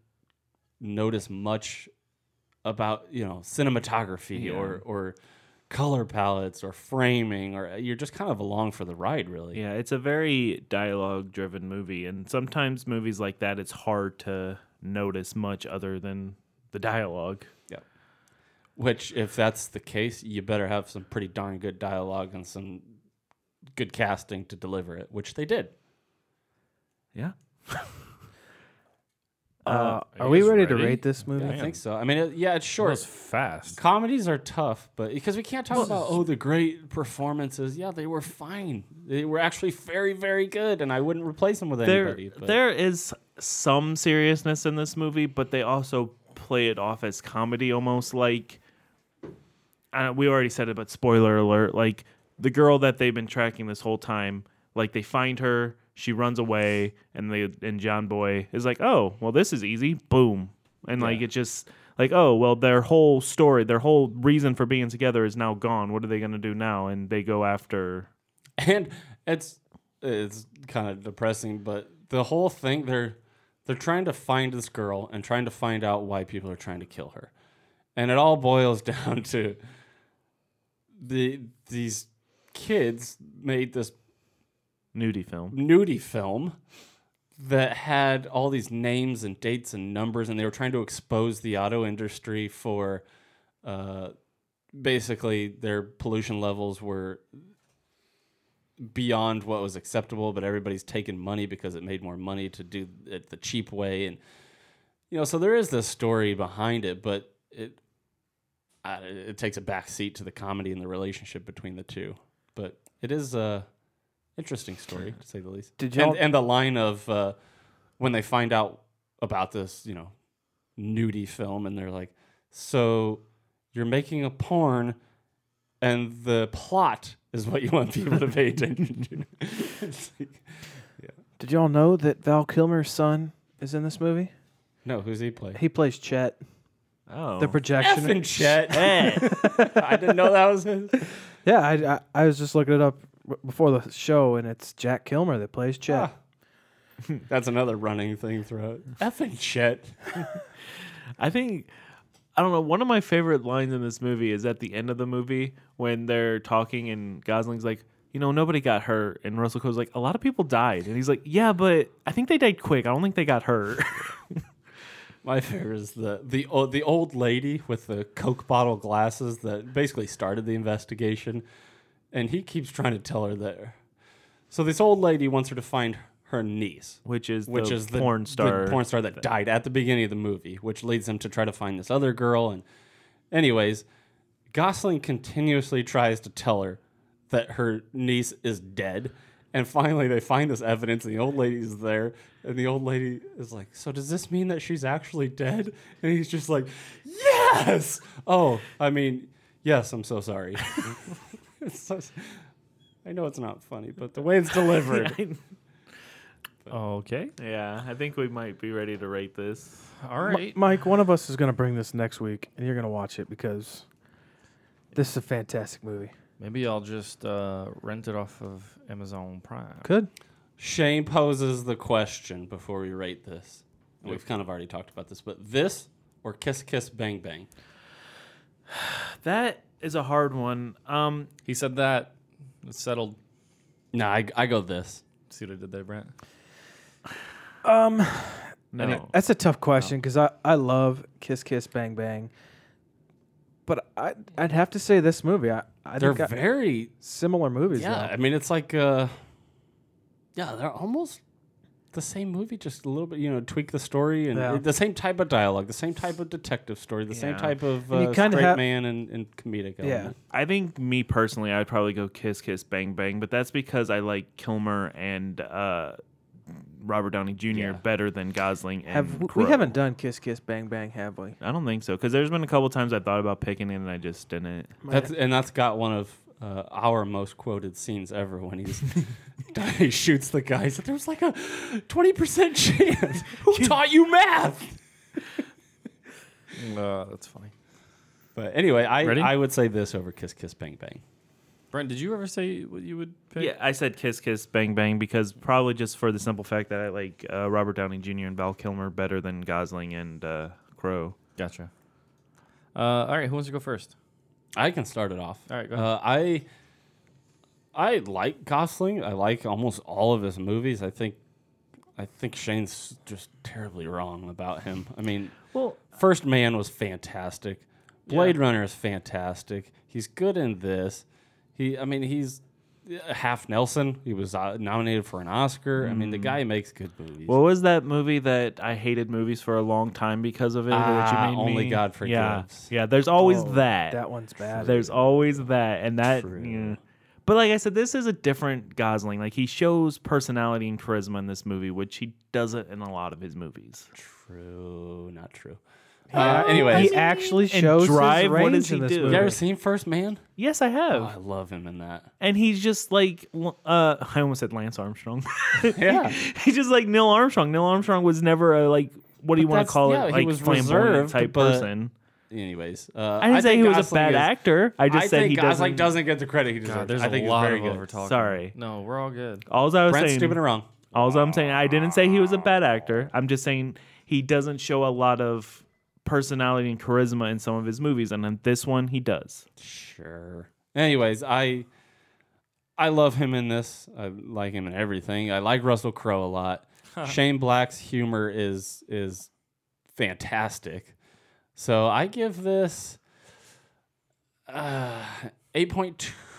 [SPEAKER 4] notice much about you know cinematography or or color palettes or framing or you're just kind of along for the ride really
[SPEAKER 5] Yeah, it's a very dialogue driven movie, and sometimes movies like that, it's hard to notice much other than the dialogue.
[SPEAKER 4] Which, if that's the case, you better have some pretty darn good dialogue and some good casting to deliver it, which they did.
[SPEAKER 5] Yeah.
[SPEAKER 3] Uh, are we
[SPEAKER 2] guys
[SPEAKER 3] ready, to
[SPEAKER 2] ready?
[SPEAKER 3] rate this movie?
[SPEAKER 4] I think so. I mean, it, yeah, it's
[SPEAKER 2] That
[SPEAKER 4] short.
[SPEAKER 2] was fast.
[SPEAKER 4] Comedies are tough, but because we can't talk about oh the great performances, yeah, they were fine. They were actually very, very good, and I wouldn't replace them with
[SPEAKER 5] There,
[SPEAKER 4] anybody. but
[SPEAKER 5] there is some seriousness in this movie, but they also play it off as comedy, almost like uh, we already said it, but spoiler alert: like the girl that they've been tracking this whole time, like they find her, she runs away, and they and John Boy is like, "Oh, well, this is easy." Boom, and like it just like, "Oh, well, their whole story, their whole reason for being together is now gone. What are they gonna do now?" And they go after.
[SPEAKER 4] and it's it's kind of depressing but the whole thing they're they're trying to find this girl and trying to find out why people are trying to kill her and it all boils down to the these kids made this
[SPEAKER 5] Nudie film.
[SPEAKER 4] nudie film that had all these names and dates and numbers, and they were trying to expose the auto industry for uh, basically their pollution levels were beyond what was acceptable, but everybody's taking money because it made more money to do it the cheap way, and you know, so there is this story behind it, but it I, it takes a backseat to the comedy and the relationship between the two, but it is uh, a interesting story to say the least.
[SPEAKER 3] Did
[SPEAKER 4] And,
[SPEAKER 3] y'all-
[SPEAKER 4] and the line of uh, when they find out about this, you know, nudie film, and they're like, "So you're making a porn, and the plot is what you want people to pay attention to." It's like,
[SPEAKER 3] Did y'all know that Val Kilmer's son is in this movie?
[SPEAKER 4] no, who's he play?
[SPEAKER 3] He plays Chet,
[SPEAKER 5] Oh,
[SPEAKER 3] the projectionist.
[SPEAKER 4] Effing Chet. I didn't know that was his.
[SPEAKER 3] Yeah, I, I, I was just looking it up w- before the show, and it's Jack Kilmer that plays Chet.
[SPEAKER 4] Ah. That's another running thing throughout. Effing Chet.
[SPEAKER 5] I think I don't know. One of my favorite lines in this movie is at the end of the movie when they're talking and Gosling's like, you know, nobody got hurt, and Russell Crowe's like, a lot of people died, and he's like, yeah, but I think they died quick. I don't think they got hurt.
[SPEAKER 4] My favorite is the the o- the old lady with the Coke bottle glasses that basically started the investigation, and he keeps trying to tell her that. So this old lady wants her to find her niece,
[SPEAKER 5] Which is
[SPEAKER 4] which
[SPEAKER 5] the
[SPEAKER 4] is the
[SPEAKER 5] porn
[SPEAKER 4] the
[SPEAKER 5] star
[SPEAKER 4] porn star that died at the beginning of the movie, which leads them to try to find this other girl. And anyways, Gosling continuously tries to tell her that her niece is dead. And finally, they find this evidence, and the old lady's there. And the old lady is like, So, does this mean that she's actually dead? And he's just like, Yes! Oh, I mean, yes, I'm so sorry. It's so s- I know it's not funny, but the way it's delivered.
[SPEAKER 2] Okay.
[SPEAKER 5] yeah, I think we might be ready to rate this.
[SPEAKER 2] All
[SPEAKER 3] M-
[SPEAKER 2] right.
[SPEAKER 3] Mike, one of us is going to bring this next week, and you're going to watch it because this is a fantastic movie.
[SPEAKER 2] Maybe I'll just uh, rent it off of Amazon Prime.
[SPEAKER 3] Good.
[SPEAKER 4] Shane poses the question before we rate this. And we've kind of already talked about this, but this or Kiss Kiss Bang Bang?
[SPEAKER 5] That is a hard one. Um,
[SPEAKER 2] He said that. It's settled.
[SPEAKER 4] No, I, I go this.
[SPEAKER 2] See what I did there, Brent?
[SPEAKER 4] Um,
[SPEAKER 5] no,
[SPEAKER 2] Oh.
[SPEAKER 3] That's a tough question because I, I love Kiss Kiss Bang Bang, but I I'd have to say this movie. I, I
[SPEAKER 4] They're
[SPEAKER 3] think I-
[SPEAKER 4] very
[SPEAKER 3] similar movies.
[SPEAKER 4] yeah.
[SPEAKER 3] though.
[SPEAKER 4] I mean, it's like uh, yeah, they're almost the same movie, just a little bit. You know, tweak the story and
[SPEAKER 3] Yeah.
[SPEAKER 4] the same type of dialogue, the same type of detective story, the same
[SPEAKER 5] Yeah.
[SPEAKER 4] type of
[SPEAKER 3] And you
[SPEAKER 4] uh,
[SPEAKER 3] kinda
[SPEAKER 4] straight
[SPEAKER 3] ha-
[SPEAKER 4] man and, and comedic.
[SPEAKER 3] yeah.
[SPEAKER 4] Element.
[SPEAKER 5] I think me personally, I'd probably go Kiss Kiss Bang Bang, but that's because I like Kilmer and uh, Robert Downey Jr. better than Gosling. And
[SPEAKER 3] Have we,
[SPEAKER 5] Crowe.
[SPEAKER 3] we haven't done Kiss Kiss Bang Bang, have we?
[SPEAKER 5] I don't think so because there's been a couple times I thought about picking it and I just didn't.
[SPEAKER 4] That's and that's got one of uh, our most quoted scenes ever when he's he shoots the guy. He's like, there was like a twenty percent chance. Who taught you math?
[SPEAKER 2] Uh, that's funny.
[SPEAKER 4] But anyway, I
[SPEAKER 2] Ready?
[SPEAKER 4] I would say this over Kiss Kiss Bang Bang.
[SPEAKER 2] Brent, did you ever say what you would pick?
[SPEAKER 5] Yeah, I said kiss, kiss, bang, bang because probably just for the simple fact that I like uh, Robert Downey Jr. and Val Kilmer better than Gosling and uh, Crow.
[SPEAKER 2] Gotcha. Uh, all right, who wants to go first?
[SPEAKER 4] I can start it off.
[SPEAKER 2] All right, go
[SPEAKER 4] Uh, I I like Gosling. I like almost all of his movies. I think I think Shane's just terribly wrong about him. I mean,
[SPEAKER 5] Well,
[SPEAKER 4] First Man was fantastic. Blade Runner is fantastic. He's good in this. He, I mean, he's uh, half Nelson. He was uh, nominated for an Oscar. I
[SPEAKER 2] Hmm.
[SPEAKER 4] mean, the guy makes good movies.
[SPEAKER 5] what was that movie that I hated movies for a long time because of it? which
[SPEAKER 4] Ah,
[SPEAKER 5] made
[SPEAKER 4] Only
[SPEAKER 5] me-
[SPEAKER 4] God
[SPEAKER 5] Yeah,
[SPEAKER 4] Forgives.
[SPEAKER 5] yeah. There's always
[SPEAKER 3] Oh,
[SPEAKER 5] that.
[SPEAKER 3] That one's bad.
[SPEAKER 5] There's always that, and that. yeah. But like I said, this is a different Gosling. Like he shows personality and charisma in this movie, which he doesn't in a lot of his movies.
[SPEAKER 4] true, not true. Uh, anyway,
[SPEAKER 3] he
[SPEAKER 4] you
[SPEAKER 3] actually
[SPEAKER 5] And
[SPEAKER 3] shows his
[SPEAKER 5] Drive, what
[SPEAKER 3] range
[SPEAKER 5] does he
[SPEAKER 3] in this
[SPEAKER 5] do?
[SPEAKER 3] movie.
[SPEAKER 4] ever seen First Man?
[SPEAKER 5] Yes, I have.
[SPEAKER 4] Oh, I love him in that.
[SPEAKER 5] and he's just like l- uh i almost said lance armstrong
[SPEAKER 4] Yeah.
[SPEAKER 5] he's just like neil armstrong neil armstrong was never a like what do
[SPEAKER 4] But
[SPEAKER 5] you want
[SPEAKER 4] that's-
[SPEAKER 5] to call
[SPEAKER 4] yeah,
[SPEAKER 5] it
[SPEAKER 4] he
[SPEAKER 5] like
[SPEAKER 4] was
[SPEAKER 5] flamboyant
[SPEAKER 4] reserved,
[SPEAKER 5] type
[SPEAKER 4] but-
[SPEAKER 5] person
[SPEAKER 4] Anyways, uh,
[SPEAKER 5] i didn't say
[SPEAKER 4] think
[SPEAKER 5] he was a
[SPEAKER 4] Gosling
[SPEAKER 5] bad
[SPEAKER 4] is-
[SPEAKER 5] actor i just
[SPEAKER 4] I
[SPEAKER 5] said
[SPEAKER 4] think
[SPEAKER 5] he doesn't,
[SPEAKER 4] Gosling doesn't get the credit he deserves.
[SPEAKER 2] God, uh, there's
[SPEAKER 4] I think
[SPEAKER 2] a
[SPEAKER 4] he's
[SPEAKER 2] lot
[SPEAKER 4] very
[SPEAKER 2] of
[SPEAKER 4] good.
[SPEAKER 2] over talking.
[SPEAKER 5] Sorry.
[SPEAKER 2] No, we're all good.
[SPEAKER 5] all i was
[SPEAKER 4] Brent's
[SPEAKER 5] saying
[SPEAKER 4] stupid and wrong.
[SPEAKER 5] all i'm saying i didn't say he was a bad actor i'm just saying he doesn't show a lot of personality and charisma in some of his movies and in this one he does
[SPEAKER 4] Sure. Anyways, I I love him in this. I like him in everything. I like Russell Crowe a lot. Shane Black's humor is is fantastic. So I give this uh, eight point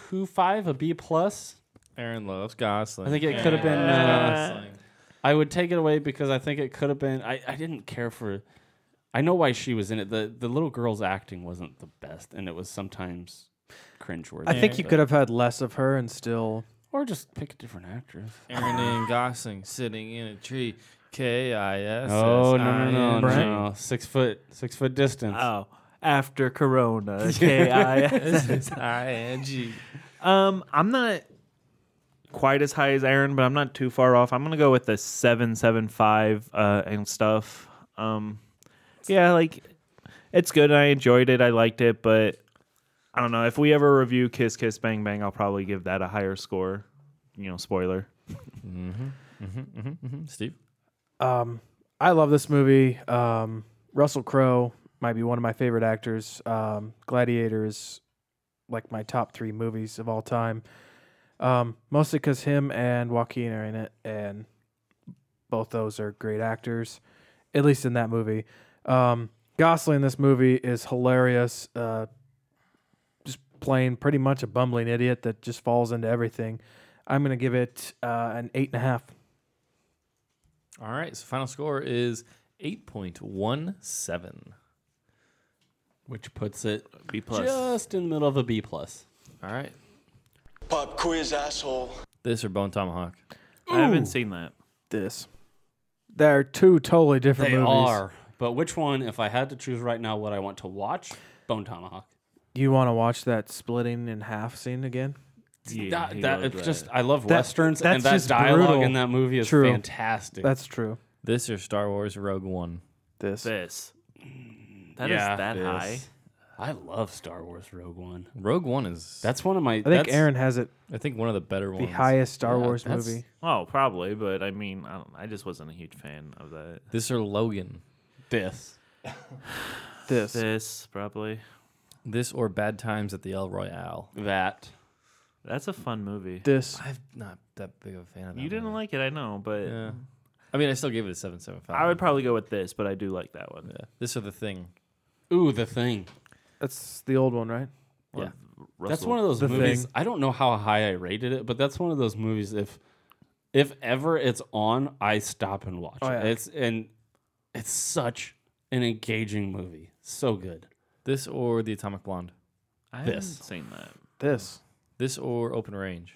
[SPEAKER 4] two five a B plus.
[SPEAKER 2] Aaron loves Gosling.
[SPEAKER 4] I think it could have been. Uh, I would take it away because I think it could have been. I, I didn't care for. I know why she was in it. the The little girl's acting wasn't the best, and it was sometimes cringeworthy.
[SPEAKER 3] I think you
[SPEAKER 4] but-
[SPEAKER 3] could have had less of her and still.
[SPEAKER 4] Or just pick a different actress.
[SPEAKER 2] Aaron and Gosling sitting in a tree. K I S.
[SPEAKER 4] Oh no no no,
[SPEAKER 3] Brent?
[SPEAKER 4] no. Six foot six foot distance.
[SPEAKER 5] oh after corona k-i-s
[SPEAKER 2] I N G.
[SPEAKER 5] Um, I'm not quite as high as Aaron, but I'm not too far off. I'm gonna go with the seven seven five uh, and stuff. Um, yeah, like it's good. I enjoyed it. I liked it, but I don't know if we ever review Kiss Kiss Bang Bang, I'll probably give that a higher score. You know, spoiler.
[SPEAKER 4] Mm-hmm.
[SPEAKER 2] Steve.
[SPEAKER 3] Um, I love this movie. Um, Russell Crowe might be one of my favorite actors. Um, Gladiator is like my top three movies of all time. Um, mostly because him and Joaquin are in it, and both those are great actors, at least in that movie. Um, Gosling in this movie is hilarious. Uh, just playing pretty much a bumbling idiot that just falls into everything. I'm gonna give it uh, an eight and a half.
[SPEAKER 2] All right. So final score is eight point one seven.
[SPEAKER 4] Which puts it
[SPEAKER 5] B plus.
[SPEAKER 4] just in the middle of a B plus.
[SPEAKER 2] All right.
[SPEAKER 7] Pop quiz, asshole.
[SPEAKER 2] This or Bone Tomahawk.
[SPEAKER 5] I haven't seen that.
[SPEAKER 3] this. They're two totally different
[SPEAKER 4] They
[SPEAKER 3] movies.
[SPEAKER 4] are. But which one, if I had to choose right now what I want to watch, Bone Tomahawk.
[SPEAKER 3] You want to watch that splitting in half scene again?
[SPEAKER 5] Yeah,
[SPEAKER 4] that,
[SPEAKER 5] he
[SPEAKER 4] that,
[SPEAKER 5] loved
[SPEAKER 4] it's just I love
[SPEAKER 3] That-
[SPEAKER 4] westerns
[SPEAKER 3] that's
[SPEAKER 4] and that
[SPEAKER 3] just
[SPEAKER 4] dialogue
[SPEAKER 3] brutal.
[SPEAKER 4] in that movie is
[SPEAKER 3] True.
[SPEAKER 4] fantastic.
[SPEAKER 3] That's true.
[SPEAKER 2] This or Star Wars Rogue One.
[SPEAKER 3] This.
[SPEAKER 5] this. That is
[SPEAKER 4] Yeah,
[SPEAKER 5] that
[SPEAKER 4] it is.
[SPEAKER 5] high.
[SPEAKER 4] I love Star Wars Rogue One.
[SPEAKER 2] Rogue One is.
[SPEAKER 4] That's one of my.
[SPEAKER 3] I think Aaron has it
[SPEAKER 2] I think one of the better
[SPEAKER 3] the
[SPEAKER 2] ones.
[SPEAKER 3] highest Star
[SPEAKER 4] Yeah,
[SPEAKER 3] Wars
[SPEAKER 4] that's-
[SPEAKER 3] movie.
[SPEAKER 5] Oh, probably, but I mean, I, don't, I just wasn't a huge fan of that.
[SPEAKER 2] This or Logan.
[SPEAKER 4] this.
[SPEAKER 3] This.
[SPEAKER 5] This probably.
[SPEAKER 2] This or Bad Times at the El Royale.
[SPEAKER 4] That.
[SPEAKER 5] That's a fun movie.
[SPEAKER 3] This.
[SPEAKER 2] I'm not that big of a fan of that.
[SPEAKER 5] You didn't
[SPEAKER 2] movie.
[SPEAKER 5] like it, I know, but
[SPEAKER 2] Yeah. I mean, I still gave it a seven seven five.
[SPEAKER 5] I would probably go with this, but I do like that one.
[SPEAKER 2] This or the thing.
[SPEAKER 4] Ooh, the thing.
[SPEAKER 3] That's the old one, right?
[SPEAKER 2] Yeah.
[SPEAKER 4] That's one of those
[SPEAKER 3] The
[SPEAKER 4] movies.
[SPEAKER 3] Thing.
[SPEAKER 4] I don't know how high I rated it, but that's one of those movies. If if ever it's on, I stop and watch
[SPEAKER 3] Oh,
[SPEAKER 4] it.
[SPEAKER 3] yeah.
[SPEAKER 4] It's and it's such an engaging movie. So good.
[SPEAKER 2] This or the Atomic Blonde.
[SPEAKER 5] I haven't
[SPEAKER 4] This.
[SPEAKER 5] seen that.
[SPEAKER 3] This.
[SPEAKER 2] This or Open Range.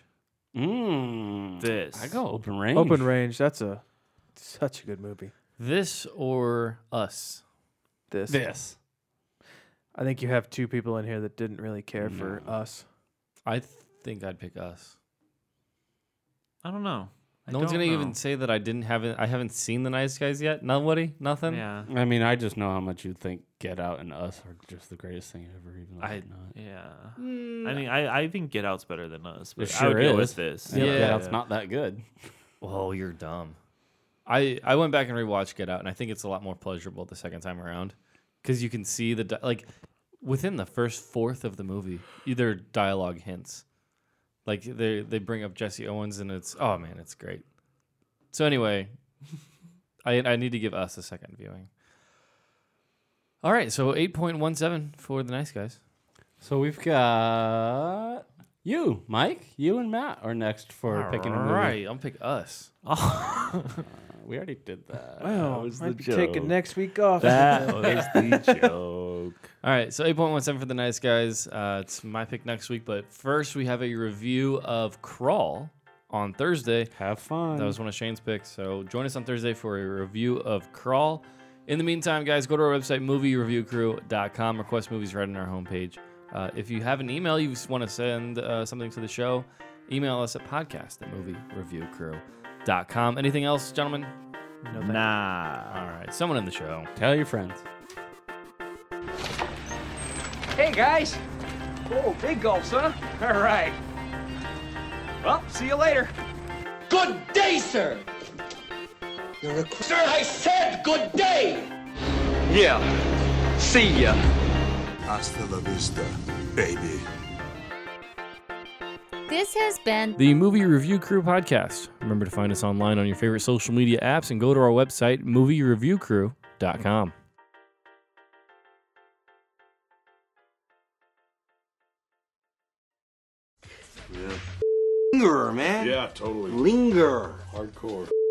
[SPEAKER 4] Mm.
[SPEAKER 5] This.
[SPEAKER 4] I go open range.
[SPEAKER 3] Open Range. That's a such a good movie.
[SPEAKER 2] This or Us.
[SPEAKER 3] This.
[SPEAKER 4] This.
[SPEAKER 3] I think you have two people in here that didn't really care for us.
[SPEAKER 2] I th- think I'd pick Us.
[SPEAKER 5] I don't know.
[SPEAKER 2] No one's
[SPEAKER 5] don't
[SPEAKER 2] gonna
[SPEAKER 5] know.
[SPEAKER 2] even say that I didn't haven't I haven't seen the nice guys yet. Nobody, nothing.
[SPEAKER 5] Yeah.
[SPEAKER 4] I mean, I just know how much you think Get Out and Us are just the greatest thing ever. Even though
[SPEAKER 5] I-
[SPEAKER 4] they're not.
[SPEAKER 5] Yeah. I mean, I, I think Get Out's better than us, but
[SPEAKER 4] It
[SPEAKER 5] I
[SPEAKER 4] sure
[SPEAKER 5] would go
[SPEAKER 4] is.
[SPEAKER 5] with this.
[SPEAKER 4] Yeah, Get
[SPEAKER 2] Yeah.
[SPEAKER 4] Out's not that good.
[SPEAKER 2] Oh, you're dumb. I I went back and rewatched Get Out, and I think it's a lot more pleasurable the second time around because you can see the di- like within the first fourth of the movie, either dialogue hints, like they they bring up Jesse Owens, and it's oh man, it's great. So anyway, I I need to give us a second viewing. All right, so eight point one seven for the nice guys.
[SPEAKER 4] So we've got you, Mike, you and Matt are next for picking a
[SPEAKER 2] All
[SPEAKER 4] movie.
[SPEAKER 2] right, I'll pick us.
[SPEAKER 4] We already did that.
[SPEAKER 5] Well,
[SPEAKER 4] was
[SPEAKER 5] might
[SPEAKER 4] the
[SPEAKER 5] be taking
[SPEAKER 4] joke.
[SPEAKER 5] next week off.
[SPEAKER 4] That was the joke.
[SPEAKER 2] All right, so 8.17 for the nice guys. Uh, it's my pick next week, but first we have a review of Crawl on Thursday.
[SPEAKER 4] Have fun.
[SPEAKER 2] That was one of Shane's picks, so join us on Thursday for a review of Crawl. In the meantime, guys, go to our website, moviereviewcrew.com. Request movies right on our homepage. Uh, if you have an email you want to send uh, something to the show, email us at podcast at moviereviewcrew.com. Anything else, gentlemen?
[SPEAKER 5] nah.
[SPEAKER 2] All right, someone in the show.
[SPEAKER 4] Tell your friends.
[SPEAKER 8] Hey, guys. Oh, big gulps, huh? All right. Well, see you later.
[SPEAKER 7] Good day, sir! You're a. Sir, I said good day!
[SPEAKER 8] Yeah. See ya.
[SPEAKER 9] Hasta la vista, baby.
[SPEAKER 10] This has been
[SPEAKER 2] The Movie Review Crew podcast. Remember to find us online on your favorite social media apps and go to our website, moviereviewcrew.com.
[SPEAKER 11] Linger, man.
[SPEAKER 9] Yeah, totally.
[SPEAKER 11] Linger.
[SPEAKER 9] Hardcore.